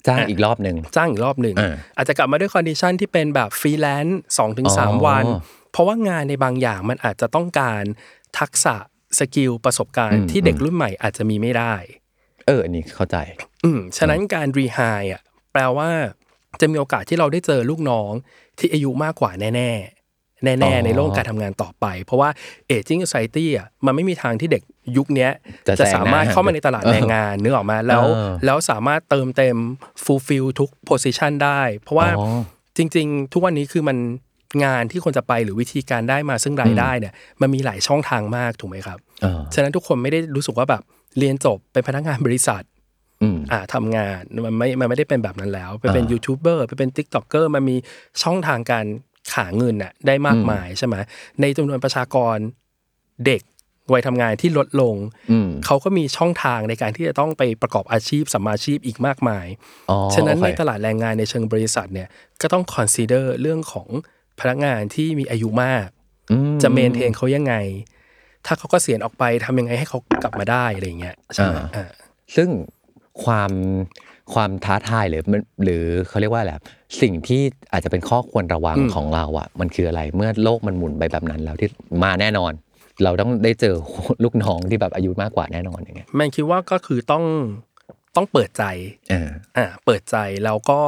จ้างอีกรอบหนึ่ง
จ้างอีกรอบหนึ่ง
อ่า
อาจจะกลับมาด้วยคอนดิชันที่เป็นแบบฟรีแลนซ์สองถึงสาม
อ๋อ
วัน เพราะว่างานในบางอย่างมันอาจจะต้องการทักษะสกิลประสบการ
อื
ณ์
ม
ที่เด็กรุ่นใหม่อาจจะมีไม่ได้
เอออันนี้เข้าใจ
อืมฉะนั้นการรีไฮอ่ะแปลว่าจะมีโอกาสที่เราได้เจอลูกน้องที่อายุมากกว่าแน่ ๆ
อ๋
แน่
อ
ๆ ในโลกการทำงานต่อไป เพราะว่าเอจิ้งไซตี้อ่ะมันไม่มีทางที่เด็กยุคเนี้ย
จะ
จะ
แซง
สามารถ
หน้า
เข้ามาในตลาดแรงงานนึกออกมาแล้ว
เออ
แล้วสามารถเติมเต็มฟูลฟิลทุกโพสิชันได้ เพราะว่า
อ๋อ
จริง ๆ ทุกวันนี้คือมันงานที่คนจะไปหรือวิธีการได้มาซึ่งรายได้เนี่ยมันมีหลายช่องทางมากถูกไหมครับ
เออ
ฉะนั้นทุกคนไม่ได้รู้สึกว่าแบบเรียนจบเป็นพนักงานบริษัท
อืม
อ่าทำงานมันไม่มันไม่ได้เป็นแบบนั้นแล้ว ไปเป็น
อ่า
ยูทูบเบอร์ไปเป็นติ๊กต็อกเกอร์มันมีช่องทางการขาเงินน่ะได้มาก
อืม
มายใช่ไหมในจำนวนประชากรเด็กวัยทำงานที่ลดลง
อืม
เขาก็มีช่องทางในการที่จะต้องไปประกอบอาชีพสัมมาอาชีพอีกมากมาย
อ๋อ
ฉะนั้น
โอ
ใน
เค
ตลาดแรงงานในเชิงบริษัทเนี่ยก็ต้อง consider เรื่องของพนักงานที่มีอายุมาก
อืม
จะเมนเทนเขายังไง ถ้าเขาก็เสียออกไปทำยังไงให้เขากลับมาได้อะไรอย่างเงี้ยใช่ไหม
อ่า
อ่า
ซึ่งความความท้าทายหรือมันหรือเขาเรียกว่าอะไรอะสิ่งที่อาจจะเป็นข้อควรระวัง
อืม
ของเราอะมันคืออะไรเมื่อโลกมันหมุนไปแบบนั้นแล้วที่มาแน่นอน เราต้องได้เจอ ลูกน้องที่แบบอายุมากกว่าแน่นอนอย่างเงี้ย
แมนคิดว่าก็คือต้องต้องเปิดใจ
เออ
อ่าเปิดใจแล้วก็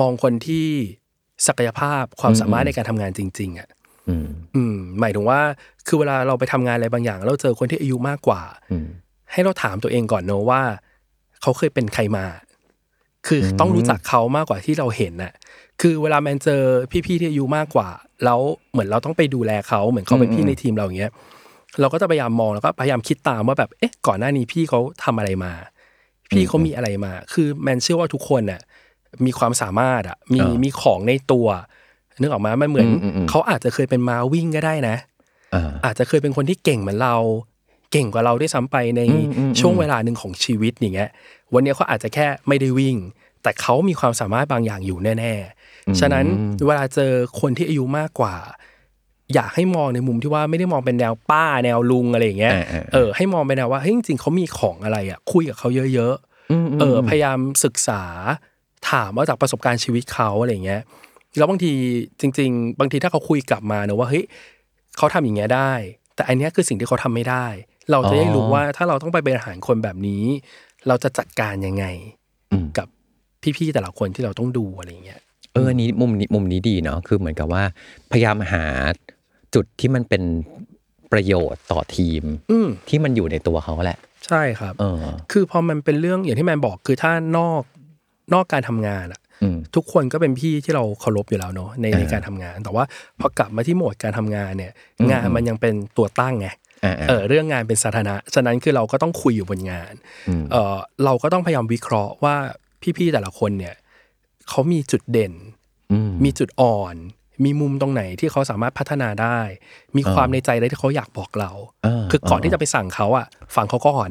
มองคนที่ศักยภาพความ
อืม
สามารถในการทำงานจริงๆอ่ะ
อืม
อืมหมายถึงว่าคือเวลาเราไปทำงานอะไรบางอย่าง เราเจอคนที่อายุมากกว่า
อืม
ให้เราถามตัวเองก่อนเนอะว่า เขาเคยเป็นใครมา คืออ
ม
ต้องรู้จักเขามากกว่าที่เราเห็นน่ะ คือเวลาแมนเจอพี่ๆที่อายุมากกว่า แล้วเหมือนเราต้องไปดูแลเขาเหมือนเขาเป็นพี่ในทีมเราอย่างเงี้ย เราก็จะพยายามมองแล้วก็พยายามคิดตามว่าแบบ เอ๊ะ ก่อนหน้านี้พี่เขาทำอะไรมา พี่เขามีอะไรมา คือแมนเชื่อว่าทุกคนน่ะมีความสามารถอ่ะ มี
อ่ามี
มีของในตัว นึกออกมามันเหมือน
อืมอืมอืม
เขาอาจจะเคยเป็นม้าวิ่งก็ได้นะ
อ่า
อาจจะเคยเป็นคนที่เก่งเหมือนเรา เก่งกว่าเราด้วยซ้ำไปใน
อืมอืม
ช่วงเวลาหนึ่งของชีวิตอย่างเงี้ย วันเนี้ยเขาอาจจะแค่ไม่ได้วิ่ง แต่เขามีความสามารถบางอย่างอยู่แน่ ๆ ฉะนั้นเวลาเจอคนที่อายุมากกว่า อยากให้มองในมุมที่ว่าไม่ได้มองเป็นแนวป้าแนวลุงอะไรอย่างเงี้ย
อ่าอ่า
เออ ให้มองเป็นแนวว่าเฮ้ยจริงๆเขามีของอะไรอ่ะคุยกับเขาเยอะๆ
มม
เออพยายามศึกษาถามว่าจากประสบการณ์ชีวิตเขาอะไรอย่างเงี้ยแล้วบางทีจริง ๆ บางทีถ้าเขาคุยกลับมาเนอะว่าเฮ้ยเขาทำอย่างเงี้ยได้ แต่อันเนี้ยคือสิ่งที่เขาทำไม่ได้ เราจะได้รู้ว่าถ้าเราต้องไปบริหารคนแบบนี้ เราจะจัดการยังไง
อืม
กับพี่ๆแต่ละคนที่เราต้องดูอะไรอย่างเงี้ย
เอออันนี้มุมนี้มุมนี้ดีเนาะคือเหมือนกับว่า พยายามหาจุดที่มันเป็นประโยชน์ต่อทีม
อืม
ที่มันอยู่ในตัวเขาแหละ
ใช่ครับ
เออ
คือพอมันเป็นเรื่องอย่างที่แมนบอกคือถ้านอกนอกการทำงานอะ
อืม
ทุกคนก็เป็นพี่ที่เราเคารพอยู่แล้วเนอะใน
อ่า
ในการทำงาน แต่ว่าพอกลับมาที่โหมดการทำงานเนี่ย
อืม
งานมันยังเป็นตัวตั้งไง
อ่า
เออเรื่องงานเป็นสาธารณะฉะนั้นคือเราก็ต้องคุยอยู่บนงาน
ม
เออเราก็ต้องพยายามวิเคราะห์ว่าพี่ๆแต่ละคนเนี่ยเขามีจุดเด่น
ม
มีจุดอ่อน มีมุมตรงไหนที่เขาสามารถพัฒนาได้ มีความในใจอะไรที่เขาอยากบอกเรา
อ่า
คือก่อนที่
า
จะไปสั่งเขาอะฟังเขาก่อน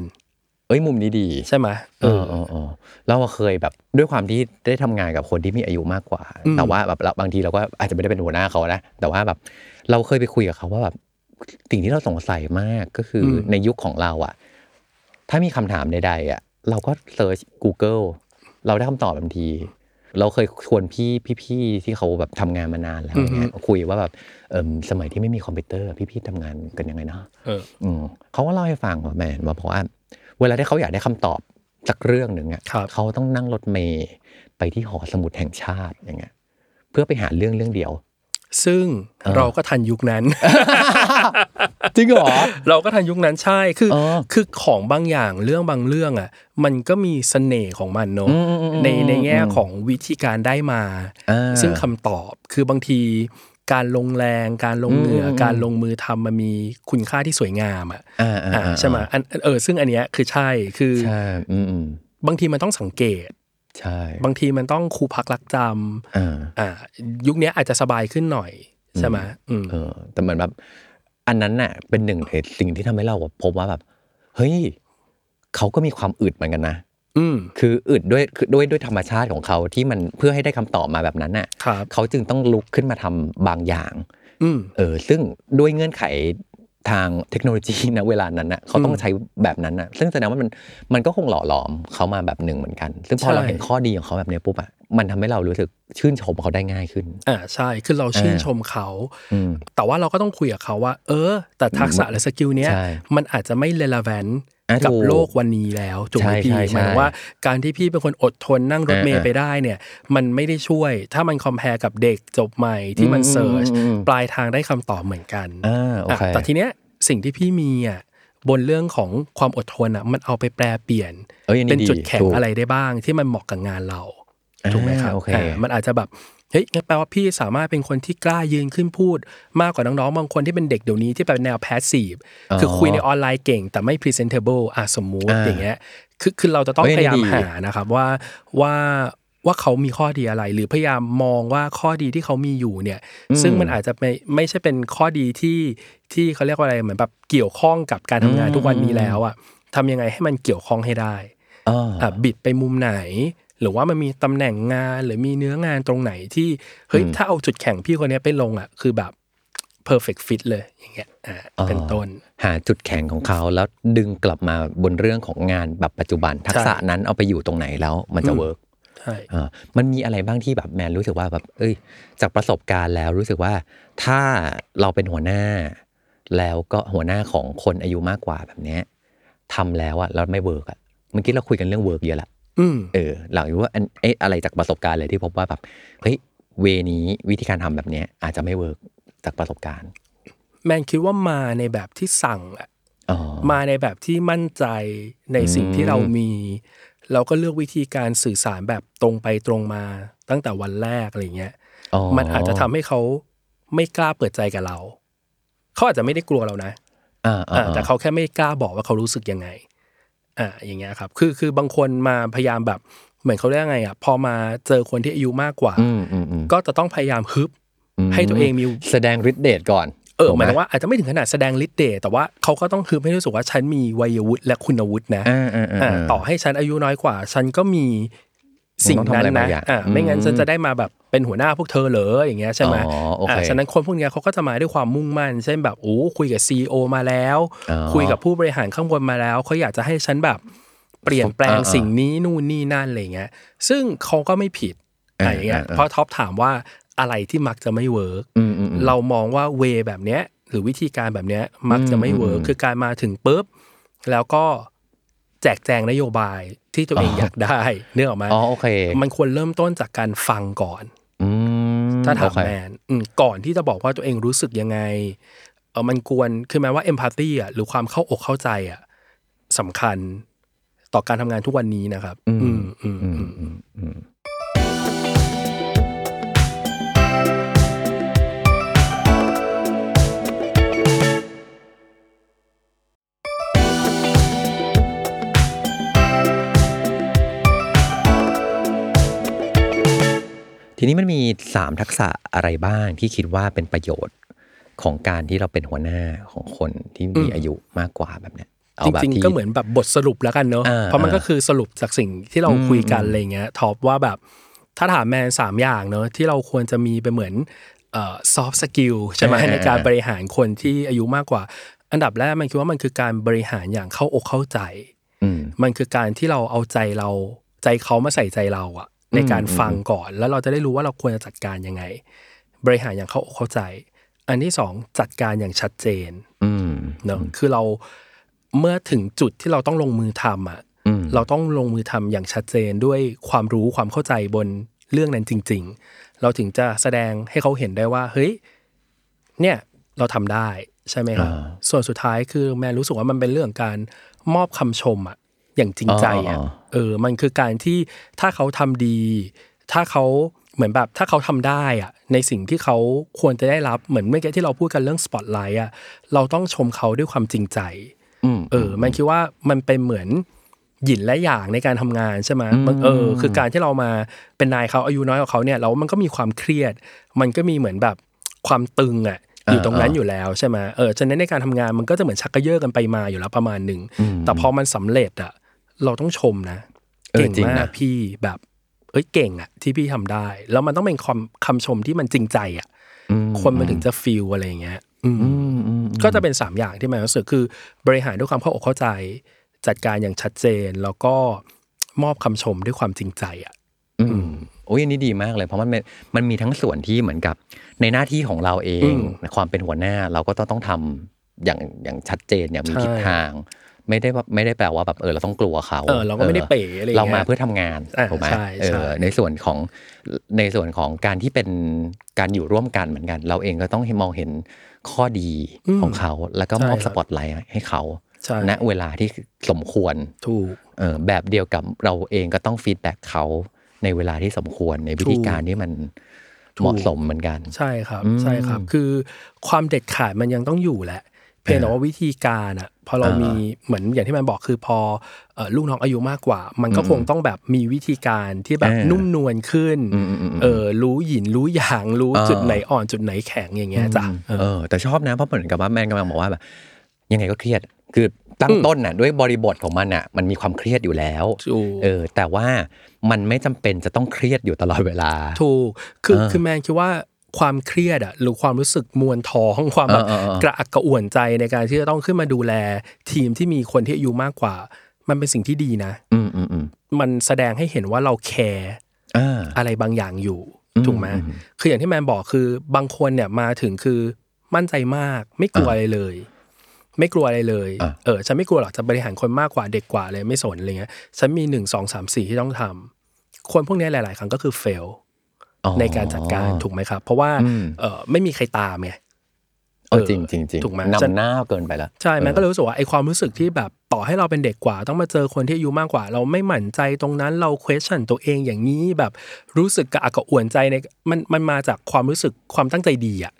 เอ้ยมุมนี้ดี
ใช่ไหมเออ
เออเออเราเคยแบบด้วยความที่ได้ทำงานกับคนที่มีอายุมากกว่า
อืม
แต่ว่าแบบเราบางทีเราก็อาจจะไม่ได้เป็นหัวหน้าเขานะแต่ว่าแบบเราเคยไปคุยกับเขาว่าแบบสิ่งที่เราสงสัยมากก็คืออ
ม
ในยุคของเราอะถ้ามีคำถามใดๆอะเราก็เซิร์ช Google เราได้คำตอบทันที เราเคยชวนพี่พี่ๆที่เขาแบบทำงานมานานแล้วเนี่ยคุยว่าแบบเอมสมัยที่ไม่มีคอมพิวเตอร์พี่ๆทำงานกันยังไงเนาะ
เออ
อืมเขาก็เล่าให้ฟังว่าแมนว่าเพราะว่าเวลาที่เขาอยากได้คำตอบจากเรื่องหนึ่งอ่ะ
ครับ
เขาต้องนั่งรถเมย์ไปที่หอสมุดแห่งชาติอย่างเงี้ยเพื่อไปหาเรื่องเรื่องเดียว
ซึ่ง
เออ
เราก็ทันยุคนั้น
จริงเหรอ
เราก็ทันยุคนั้นใช่ คือ
อ๋อ
คือของบางอย่างเรื่องบางเรื่องอ่ะ มันก็มีเสน่ห์ของมันเน อะ
อืมอืมอืม
ในในแง่
อืม
ของวิธีการได้มา
อ่า
ซึ่งคำตอบคือบางที การลงแรง การลงเหงื่ออ
ม
การลงมือทำมันมีคุณค่าที่สวยงามอ่ะ
อ่า
อ่าใช่ไหมอันเออ ซึ่งอันเนี้ยคือใช่คือ
ใช่อืมอืม
บางทีมันต้องสังเกต
ใช่
บางทีมันต้องครูพักรักจำ
อ่า
อ่า ยุคเนี้ยอาจจะสบายขึ้นหน่อยใช่ไหมอืม
เออแต่เหมือนแบบอันนั้นน่ะเป็นหนึ่งในสิ่งที่ทำให้เราพบว่าแบบ เฮ้ยเขาก็มีความอึดเหมือนกันนะ
อืม
คืออึดด้วยคือด้วยด้วยธรรมชาติของเขาที่มันเพื่อให้ได้คำตอบมาแบบนั้นน่ะ
ครับ
เขาจึงต้องลุกขึ้นมาทำบางอย่าง
อืม
เออ ซึ่งด้วยเงื่อนไขทางเทคโนโลยีนะเวลานั้นนะเขาต้องใช้แบบนั้นนะซึ่งแสดงว่ามันมันก็คงหล่อหลอมเขามาแบบหนึ่งเหมือนกัน ซึ่งพอ
ใช่
เราเห็นข้อดีของเขาแบบเนี้ยปุ๊บอะมันทำให้เรารู้สึกชื่นชมเขาได้ง่ายขึ้น
อ่าใช่ คือเราชื่น
เออ
ชมเขา
อืม
แต่ว่าเราก็ต้องคุยกับเขาว่า เออ แต่ทักษะหรือสกิลเนี้ย
ใช่
มันอาจจะไม่เรล v a n น
อ่ะถูก
กับโลกวันนี้แล้วถูกไหม
ใช่
พี่
ใช่
ห
ใช่
มายถึงว่าการที่พี่เป็นคนอดทนนั่งรถเมล์
อ่ะ
ไปได้เนี่ย มันไม่ได้ช่วย ถ้ามันคอมเพลกับเด็กจบใหม่ที่มัน
อืม
เซิร์ช
อืมอืม
ปลายทางได้คำตอบเหมือนกัน
อ่าโอเค
อ่ะแต่ทีเนี้ยสิ่งที่พี่มีอ่ะบนเรื่องของความอดทนอ่ะมันเอาไปแปลเปลี่ยน
อ้ยอั
เป็นจุดแข็ง
ถูก
อะไรได้บ้างที่มันเหมาะกับงานเรา ถูกไหมครับ
อ่าโอเค
อ่ามันอาจจะแบบ เฮ้ยงั้นแปลว่าพี่สามารถเป็นคนที่กล้ายืนขึ้นพูด มากกว่าน้องๆบางคนที่เป็นเด็กเดี๋ยวนี้ที่เป็นแนวแพสซีฟ
อ๋อ
คือคุยในออนไลน์เก่ง แต่ไม่ presentable อ่ะสมมุติ
อ่า
อย่างเงี้ยคือคือเราจะต้อง
เฮ้ย
พยายาม
ดี
หานะครับว่าว่าว่าเขามีข้อดีอะไร หรือพยายามมองว่าข้อดีที่เขามีอยู่เนี่ย ซึ่งมันอาจจะไม่ไม่ใช่เป็นข้อดีที่ที่เขาเรียกว่าอะไรเหมือนแบบเกี่ยวข้องกับการทำงานทุกวันนี้แล้วอ่ะทำยังไงให้มันเกี่ยวข้องให้ได้
อ่า
อ่ะบิดไปมุมไหน หรือว่ามันมีตำแหน่งงานหรือมีเนื้องานตรงไหนที่เฮ้ย
อืม
ถ้าเอาจุดแข็งพี่คนเนี้ยไปลงอ่ะคือแบบ perfect fit เลยอย่างเงี้ยอ่า
อ๋อ
เป็นต้น
หาจุดแข็งของเขาแล้วดึงกลับมาบนเรื่องของงานแบบปัจจุบัน ทักษะนั้นเอาไปอยู่ตรงไหนแล้วมันจะ
อืม
เวิร์ก
ใช่
อ่ามันมีอะไรบ้างที่แบบแมนรู้สึกว่าแบบเอ้ย จากประสบการณ์แล้วรู้สึกว่า ถ้าเราเป็นหัวหน้า แล้วก็หัวหน้าของคนอายุมากกว่าแบบเนี้ยทำแล้วอะแล้วไม่เวิร์กอะเมื่อกี้เราคุยกันเรื่องเวิร์กเยอะละ
อืม
เออหลังรู้ว่าอันเอ๊ะอะไรจากประสบการณ์เลยที่พบว่าแบบเฮ้ยเวนี้วิธีการทำแบบเนี้ยอาจจะไม่เวิร์กจากประสบการณ์
แมนคิดว่ามาในแบบที่สั่งอ่ะ
อ๋อ
มาในแบบที่มั่นใจในสิ่งที่เรามี เราก็เลือกวิธีการสื่อสารแบบตรงไปตรงมาตั้งแต่วันแรกอะไรเงี้ย มันอาจจะทำให้เขาไม่กล้าเปิดใจกับเรา เขาอาจจะไม่ได้กลัวเรานะ
อ่าอ่า
อ่าแต่เขาแค่ไม่กล้าบอกว่าเขารู้สึกยังไง อ่าอย่างเงี้ยครับ คือคือบางคนมาพยายามแบบ เหมือนเขาเรียกไงอ่ะ พอมาเจอคนที่อายุมากกว่า
อืมอืมอืม
ก็จะต้องพยายามฮึบ
อืม
ให้ตัวเองมี
แสดงฤทธิ์เดชก่อน
เออ
ถูก
ห
ไห
มายถึงว่าอาจจะไม่ถึงขนาดแสดงฤทธิ์เดชแต่ว่าเขาก็ต้องฮึบให้รู้สึกว่าฉันมีวัยวุฒิและคุณวุฒินะ
อ่าอ่าอ่า
อ่าต่อให้ฉันอายุน้อยกว่า ฉันก็มีสิ่ง
ต้องทำ
นั้
อะ
น
ไรบา
นะ
งอย่าง
อ่าไม่งั้นฉันจะได้มาแบบเป็นหัวหน้าพวกเธอเหรออย่างเงี้ยใช่ไหม
อ๋อโอเค
อ่าฉะนั้นคนพวกเนี้ยเขาก็จะมาด้วยความมุ่งมั่น เช่นแบบโอ้คุยกับซีอมาแล้ว
อ๋อ
คุยกับผู้บริหารข้างบนมาแล้วเขาอยากจะให้ฉันแบบเปลี่ยนแปลง
อ่าๆ
สิ่งนี้นู่นนี่นั่นอะไรเงี้ย ซึ่งเขาก็ไม่ผิดอะไรเงี้ย
อ่าๆ
เพราะท็อปถามว่าอะไรที่มักจะไม่เวิร์ก
อืมอืมอืม
เรามองว่าเวแบบเนี้ยหรือวิธีการแบบเนี้ยมักจะไม่
อืม
เวิร์ค
อืม
คือการมาถึงปุ๊บ แล้วก็แจกแจงนโยบายที่ตัวเอง
อ๋อ
อ
อ
ยาก ได้เนื้อออกไหมา
อ๋อโอเค
มันควรเริ่มต้นจากการฟังก่อน
อืม
ถ้าถาม
โอเค
แมนอืมก่อนที่จะบอกว่าตัวเองรู้สึกยังไงเออมันควรคือแม้ว่าเอมพัตตีอ่ะหรือความเข้าอกเข้าใจอ่ะสำคัญต่อการทำงานทุกวันนี้นะครับ อืมอืม
อื
อื
ม
ม
อืมอืมทีนี้มันมีสามทักษะอะไรบ้างที่คิดว่าเป็นประโยชน์ของการที่เราเป็นหัวหน้าของคนที่มีอายุมากกว่าแบบเนี้ยเอา
จ
แบบ
ริง
ที่
ๆก็เหมือนแบบบทสรุปแล้วกันเนอะ
อ่า
เพราะมันก็
อ่า
คือสรุปจากสิ่งที่เราคุยกันอะไรเงี้ยท็อปว่าแบบถ้าถามแมนสามอย่างเนอะที่เราควรจะมีเป็นเหมือนซอฟต์สกิลใช่ไหม
อ่า
ในการ
อ่า
บริหารคนที่อายุมากกว่า อันดับแรกมันคิดว่ามันคือการบริหารอย่างเข้าอกเข้าใจ
อืม
มันคือการที่เราเอาใจเราใจเขามาใส่ใจเราอะในการฟังก่อนแล้วเราจะได้รู้ว่าเราควรจะจัดการยังไง บริหารอย่างเข้าอกเข้าใจ อันที่สองจัดการอย่างชัดเจน
อืม
เนอะคือเราเมื่อถึงจุดที่เราต้องลงมือทำอ่ะ
อืม
เราต้องลงมือทำอย่างชัดเจนด้วยความรู้ความเข้าใจบนเรื่องนั้นจริง ๆ เราถึงจะแสดงให้เขาเห็นได้ว่า เฮ้ยเนี่ยเราทำได้ใช่ไหมครับ
อ่า
ส่วนสุดท้ายคือแมนรู้สึกว่ามันเป็นเรื่องการมอบคำชมอ่ะอย่างจริงใจอ่ะ
อ๋อ
เออมันคือการที่ถ้าเขาทำดี ถ้าเขาเหมือนแบบถ้าเขาทำได้อ่ะในสิ่งที่เขาควรจะได้รับเหมือนเมื่อกี้ที่เราพูดกันเรื่องสปอตไลท์อ่ะเราต้องชมเขาด้วยความจริงใจ
อืม
เออ มันคิดว่ามันเป็นเหมือนหยินและหยางในการทำงานใช่ไหมมันเออ คือการที่เรามาเป็นนายเขาอายุน้อยกว่าเขาเนี่ยแล้วมันก็มีความเครียด มันก็มีเหมือนแบบความตึงอ่ะอยู่ตรงนั้นอยู่แล้วใช่ไหมเออ ฉะนั้นในการทำงานมันก็จะเหมือนชักกระเยาะกันไปมาอยู่แล้วประมาณหนึ่ง แต่พอมันสำเร็จอ่ะ เราต้องชมนะ
เออ
เก่ง
จริง
มาก
นะ
พี่แบบ เอ้ยเก่งอ่ะ ที่พี่ทำได้ แล้วมันต้องเป็นคำคำชมที่มันจริงใจอ่ะ
อืม
คนมันถึงจะฟีลอะไรอย่างเงี้ย อืม
อืมอืม
ก็จะเป็น 3 อย่างที่หมายรู้สึกคือบริหารด้วยความเข้าอกเข้าใจ จัดการอย่างชัดเจน แล้วก็มอบคำชมด้วยความจริงใจอ่ะ
อืมโอ้ยอันนี้ดีมากเลย เพราะมันเป็นมันมีทั้งส่วนที่เหมือนกับในหน้าที่ของเราเอง
อืม
ความเป็นหัวหน้าเราก็ต้องต้องทำอย่างอย่างชัดเจนอย่างมี
ใช่
ทิศทาง ไม่ได้ว่าไม่ได้แปลว่าแบบเออเราต้องกลัวเขา
เออเราก็ไม่ได้เป๋อะไรอย่างเงี้ย
เรามาเพื่อทำงาน
อ่า
ถูกไหม
ใช่
เอ
ใช่
อในส่วนของในส่วนของการที่เป็นการอยู่ร่วมกันเหมือนกัน เราเองก็ต้องมองเห็นข้อดีของเขา แล้วก็มอบสปอตไลท์ให้เขา
ใช่
ณเวลาที่สมควร
ถูก
เออแบบเดียวกับเราเองก็ต้องฟีดแบ็กเขาในเวลาที่สมควรในวิธีการที่มัน
ถูก
เหมาะสมเหมือนกัน
ใช่ครับ
อืม
ใช่ครับ คือความเด็ดขาดมันยังต้องอยู่แหละ เพียงแต่ว่าวิธีการอะพอเรา
อ่ามี
มีเหมือนอย่างที่มันบอกคือพอเอ่อลูกน้องอายุมากกว่า มันก็คงต้องแบบมีวิธีการที่แบบ
เออ
นุ่มนวลขึ้น
อืมอืมอืม
เออรู้หยินรู้หยางรู้
อ่า
จุดไหนอ่อนจุดไหนแข็งอย่างเงี้ยจ้ะเออ
เออแต่ชอบนะเพราะเหมือนกับว่าแมนกำลังบอกว่าแบบยังไงก็เครียด คือตั้งต้นน่ะด้วยบริบทของมันน่ะมันมีความเครียดอยู่แล้ว
ถูก
เออแต่ว่ามันไม่จำเป็นจะต้องเครียดอยู่ตลอดเวลา
ถูกคือ
เออ
คือแมนคิดว่าความเครียดอะหรือความรู้สึกมวลท้อง ความแบบ
เออเออเออ
กระอักกระอ่วนใจในการที่จะต้องขึ้นมาดูแล ทีมที่มีคนที่อายุมากกว่า มันเป็นสิ่งที่ดีนะ
อืมอืมอืม
มันแสดงให้เห็นว่าเราแคร์
อ่า
อะไรบางอย่างอยู่
อืม
ถูกไหม
อืม
คืออย่างที่แมนบอกคือบางคนเนี่ยมาถึงคือมั่นใจมาก ไม่กลัวอะไรเลย ไม่กลัวอะไรเลย
อ่ะ
เออฉันไม่กลัวหรอกจะบริหารคนมากกว่าเด็กกว่าเลยไม่สนอะไรเงี้ยฉันมีหนึ่งสองสามสี่ที่ต้องทำคนพวกเนี้ยหลาย ๆ ครั้งก็คือเฟล
อ๋อ
ในการจัดการถูกไหมครับ เพราะว่า
อืม
เออไม่มีใครตามไง
เออจริงจริงจริง
ถูกไหม
นำหน้าเกินไปละ
ใช่แมน
เออ
ก็เลยรู้สึกว่าไอความรู้สึกที่แบบต่อให้เราเป็นเด็กกว่า ต้องมาเจอคนที่อายุมากกว่า เราไม่หมั่นใจตรงนั้นเรา question ตัวเองอย่างนี้แบบรู้สึกกระอักกระอ่วนใจในมันมันมาจากความรู้สึกความตั้งใจดีอ่ะ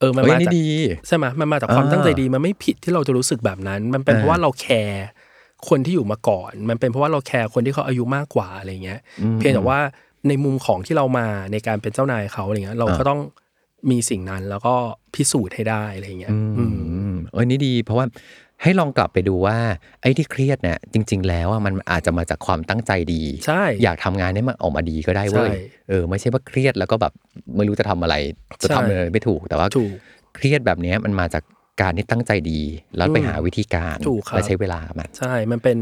เออมัน
เฮ้ย
มา
นี่
จาก
ดี
ใช่ไหมมันมาจากความ
อ่า
ตั้งใจดีมันไม่ผิดที่เราจะรู้สึกแบบนั้น มันเป็น
อ่า
เพราะว่าเราแคร์คนที่อยู่มาก่อน มันเป็นเพราะว่าเราแคร์คนที่เขาอายุมากกว่าอะไรเงี้ย เพียงแต่ว่าในมุมของที่เรามาในการเป็นเจ้านายเขาอะไรเงี้ยเราก็ต้องมีสิ่งนั้นแล้วก็พิสูจน์ให้ได้อะไรเงี้ยอืม
อืมเอ้ยนี่ดี เพราะว่าให้ลองกลับไปดูว่า ไอ้ที่เครียดเนี่ยจริง ๆ แล้วอะมันอาจจะมาจากความตั้งใจดี
ใช่
อยากทำงานให้มันออกมาดีก็ได้เว้ย
ใช่
เออไม่ใช่ว่าเครียดแล้วก็แบบไม่รู้จะทำอะไรจะ
ใช่
ทำอะไรไม่ถูกแต่ว่า
ถูก
เครียดแบบเนี้ยมันมาจากการที่ตั้งใจดี แล้วไป
อืม
หาวิธีการ
ถูกครับ
และใช้เวลามัน
ใช่ มันเป็น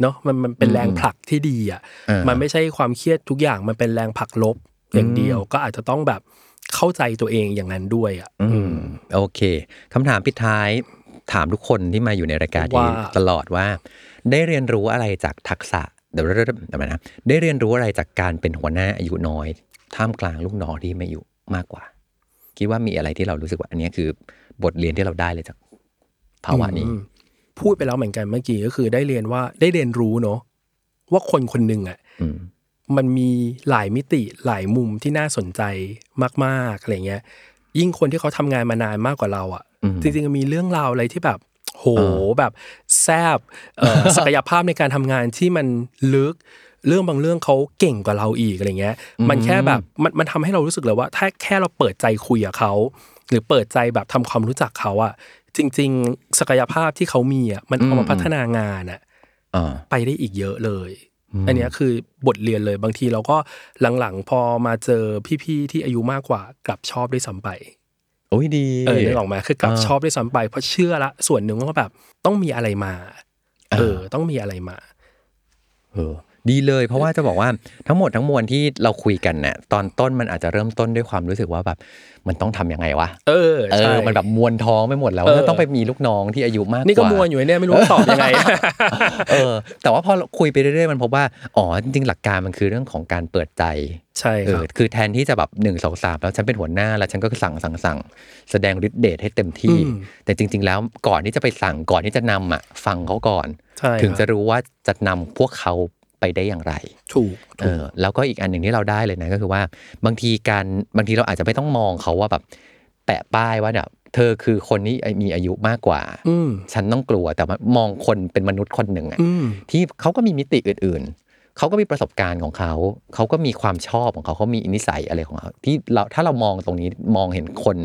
เนาะ มันมันเป็น
อืม
แรงผลักที่ดีอ่ะ
อ่ามั
มันไม่ใช่ความเครียดทุกอย่าง มันเป็นแรงผลักลบอย่างเดียว ก็อาจจะต้องแบบเข้าใจตัวเองอย่างนั้นด้วยอ่ะ
อืม โอเคคำถามปิดท้ายถามทุกคนที่มาอยู่ในรายการนี้
ว่า
ตลอดว่า ได้เรียนรู้อะไรจากทักษะเดี๋ยวเริ่มเดี๋ยวนะได้เรียนรู้อะไรจากการเป็นหัวหน้าอายุน้อย ท่ามกลางลูกน้องที่ไม่อายู่มากกว่า คิดว่ามีอะไรที่เรารู้สึกว่า อันเนี้ยคือบทเรียนที่เราได้เลยจากภาวะนี้
อืมพูดไปแล้วเหมือนกันเมื่อกี้ก็คือได้เรียนว่าได้เรียนรู้เนาะว่าคนคนหนึ่งอ่ะ
อืม
มันมีหลายมิติหลายมุมที่น่าสนใจมากๆอะไรเงี้ย ยิ่งคนที่เขาทำงานมานานมากกว่าเราอ่ะ
อืม
จริงๆมีเรื่องราวอะไรที่แบบ โห
เออ
แบบแซบเอ่อ ศักยภาพในการทำงานที่มันลึก เรื่องบางเรื่องเขาเก่งกว่าเราอีกอะไรเงี้ย มันแค่แบบมันมันทำให้เรารู้สึกเลยว่า ถ้าแค่เราเปิดใจคุยกับเขาหรือเปิดใจแบบทำความรู้จักเขาอ่ะ จริง ๆ ศักยภาพที่เขามีอ่ะมันเอา
อื
มาม พัฒนางานอ่ะ
อ่า
ไปได้อีกเยอะเลย
อืม
อันเนี้ยคือบทเรียนเลยบางทีเราก็หลังๆ พอมาเจอพี่ๆที่อายุมากกว่ากลับชอบด้วยซ้ำไป
โอ้ยดี
เออนึกออกไหมคือกลับ
อ่า
ชอบด้วยซ้ำไป เพราะเชื่อละส่วนหนึ่งว่าแบบต้องมีอะไรมา
อ่า
เออ ต้องมีอะไรมา
เออดีเลยเพราะว่าจะบอกว่าทั้งหมดทั้งมวลที่เราคุยกันเนี่ยตอนต้นมันอาจจะเริ่มต้นด้วยความรู้สึกว่าแบบมันต้องทำยังไงวะ
เออ
เอ
ใช่
อ มันแบบมวนท้องไปหมดแล้ว
เออ
แล้วต้องไปมีลูกน้องที่อายุมากกว่า
นี่
นี่
ก็มวนอยู่เนี่ยไม่รู้ว่าตอบยังไง
เออ แต่ว่าพอคุยไปเรื่อยๆ มันพบว่า อ๋อ จริงๆ หลักการมันคือเรื่องของการเปิดใจ
ใช่
เอ
ครั
อ
บ
คือแทนที่จะแบบหนึ่งสองสามแล้วฉันเป็นหัวหน้าแล้วฉันก็สั่งสั่งสั่งแสดงฤทธิ์เดชให้เต็มที่
อืม
แต่จริง ๆ แล้วก่อนที่จะไปสั่งก่อนที่จะนำอ่ะ ฟังเขาก่อน
ใช่
ถึงจะ
ครับ
รู้ว่าจะนำพวกเขาไปได้อย่างไร
ถูก
เออแล้วก็อีกอันหนึ่งที่เราได้เลยนะก็คือว่าบางทีการบางทีเราอาจจะไม่ต้องมองเขาว่าแบบแปะป้ายว่าเนี่ยเธอคือคนนี้มีอายุมากกว่า
อืม
ฉันต้องกลัวแต่ว่ามองคนเป็นมนุษย์คนหนึ่งอะ
อืม
ที่เขาก็มีมิติอื่นๆ เขาก็มีประสบการณ์ของเขา เขาก็มีความชอบของเขาเขามีนิสัยอะไรของเขาที่เราถ้าเรามองตรงนี้มองเห็นคน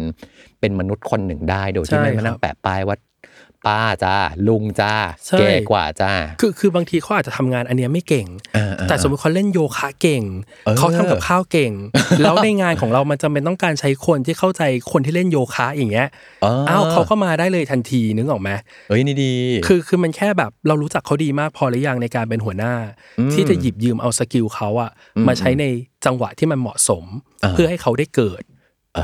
เป็นมนุษย์คนหนึ่งได้ โดยที่ไม่มานั่งแปะป้ายว่าป้าจ้าลุงจ้าแก่กว่าจ้า
คือคือบางทีเขาอาจจะทำงานอันเนี้ยไม่เก่ง แต่สมมติเขาเล่นโยคะเก่ง
เออ
เขาทำกับข้าว เก่ง แล้วในงานของเรามันจำเป็นต้องการใช้คนที่เข้าใจคนที่เล่นโยคะอย่างเงี้ย
อ๋ออ้
วเขาก็มาได้เลยทันทีนึกออกไหม
เอ้ยนี่ดี
คือคือมันแค่แบบเรารู้จักเขาดีมากพอหรือยังในการเป็นหัวหน้า ที่จะหยิบยืมเอาสกิลเขาอะมาใช้ในจังหวะที่มันเหมาะสม เพื่อให้เขาได้เกิด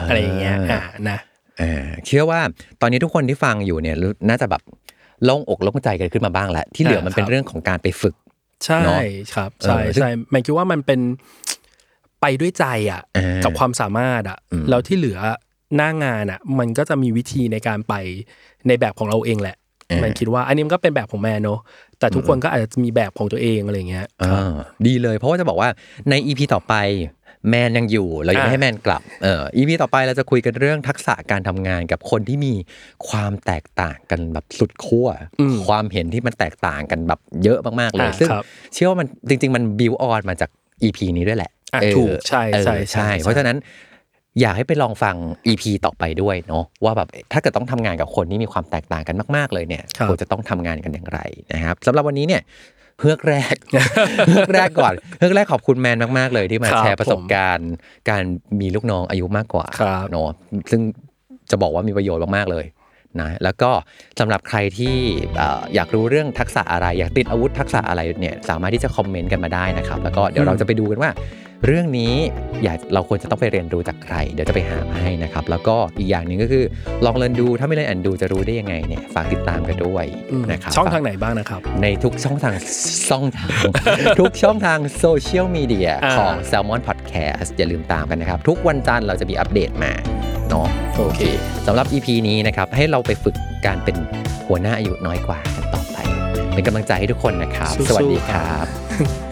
อะไรอย่างเงี้ยอ่านะ
เออเชื่อว่าตอนนี้ทุกคนที่ฟังอยู่เนี่ยรู้น่าจะแบบโล่งอกโล่งใจกันขึ้นมาบ้างแล้วที่เหลือ
อ่ามั
มันเป็น
ครับ
เรื่องของการไปฝึก
ใช่
เนอะ
ครับใช่
เออซึ่ง
ใช่แมนคิดว่ามันเป็นไปด้วยใจอ่ะ
เออ
กับความสามารถอ่ะ
อืม
แล้วที่เหลือหน้างานอ่ะ มันก็จะมีวิธีในการไปในแบบของเราเองแหละแมันคิดว่าอันนี้มันก็เป็นแบบของแมนเนาะแต่ทุกคนก็อาจจะมีแบบของตัวเองอะไรเงี้ย
เออดีเลยเพราะว่าจะบอกว่าในอีพีต่อไป แมนยังอยู่เรายังไม่
อ่า
ให้แมนกลับเอออีพีต่อไปเราจะคุยกันเรื่องทักษะการทำงานกับคนที่มีความแตกต่างกันแบบสุดขั้วความเห็นที่มันแตกต่างกันแบบเยอะมากๆเลย
อ่า
ซึ่ง
ครับ
เชื่อว่ามันจริง ๆ มันบิวออนมาจาก EP นี้ด้วยแหละ
อ่ะ
เออ
ถูกใช่
เออ
ใช่ใช่ใช่
เพราะฉะนั้นอยากให้ไปลองฟัง EP ต่อไปด้วยเนาะว่าแบบถ้าเกิดต้องทำงานกับคนที่มีความแตกต่างกันมาก ๆ เลยเนี่ย
ครับ
ควรจะต้องทำงานกันอย่างไรนะครับสำหรับวันนี้เนี่ยเฮือกแรก เฮือกแรกก่อนเฮือกแรกขอบคุณแมนมากๆเลยที่มา
ครับ
แชร์ประสบการณ์ การมีลูกน้องอายุมากกว่า
ครับ
เนาะซึ่งจะบอกว่ามีประโยชน์มากๆเลยนะแล้วก็สำหรับใครที่เอ่ออยากรู้เรื่องทักษะอะไร อยากติดอาวุธทักษะอะไรเนี่ยสามารถที่จะคอมเมนต์กันมาได้นะครับ แล้วก็เดี๋ยว
อืม
เราจะไปดูกันว่า เรื่องนี้อยากเราควรจะต้องไปเรียนรู้จากใคร เดี๋ยวจะไปหามาให้นะครับ แล้วก็อีกอย่างหนึ่งก็คือลองเรียนดูถ้าไม่เรียนแอนดูจะรู้ได้ยังไงเนี่ยฝากติดตามกันด้วย
อืม
นะครับ
ช่องทางไหนบ้างนะครับ
ในทุกช่องทาง ช่องทาง ทุกช่องทางโซเชียลมีเดีย
อ่า
ของ Salmon Podcast อย่าลืมตามกันนะครับ ทุกวันจันทร์เราจะมีอัปเดตมาเนาะ
โอเค
สำหรับ EP นี้นะครับ ให้เราไปฝึกการเป็นหัวหน้าอายุน้อยกว่ากันต่อไป เป็นกำลังใจให้ทุกคนนะครับ
สู้ๆ
สวัสดีครับ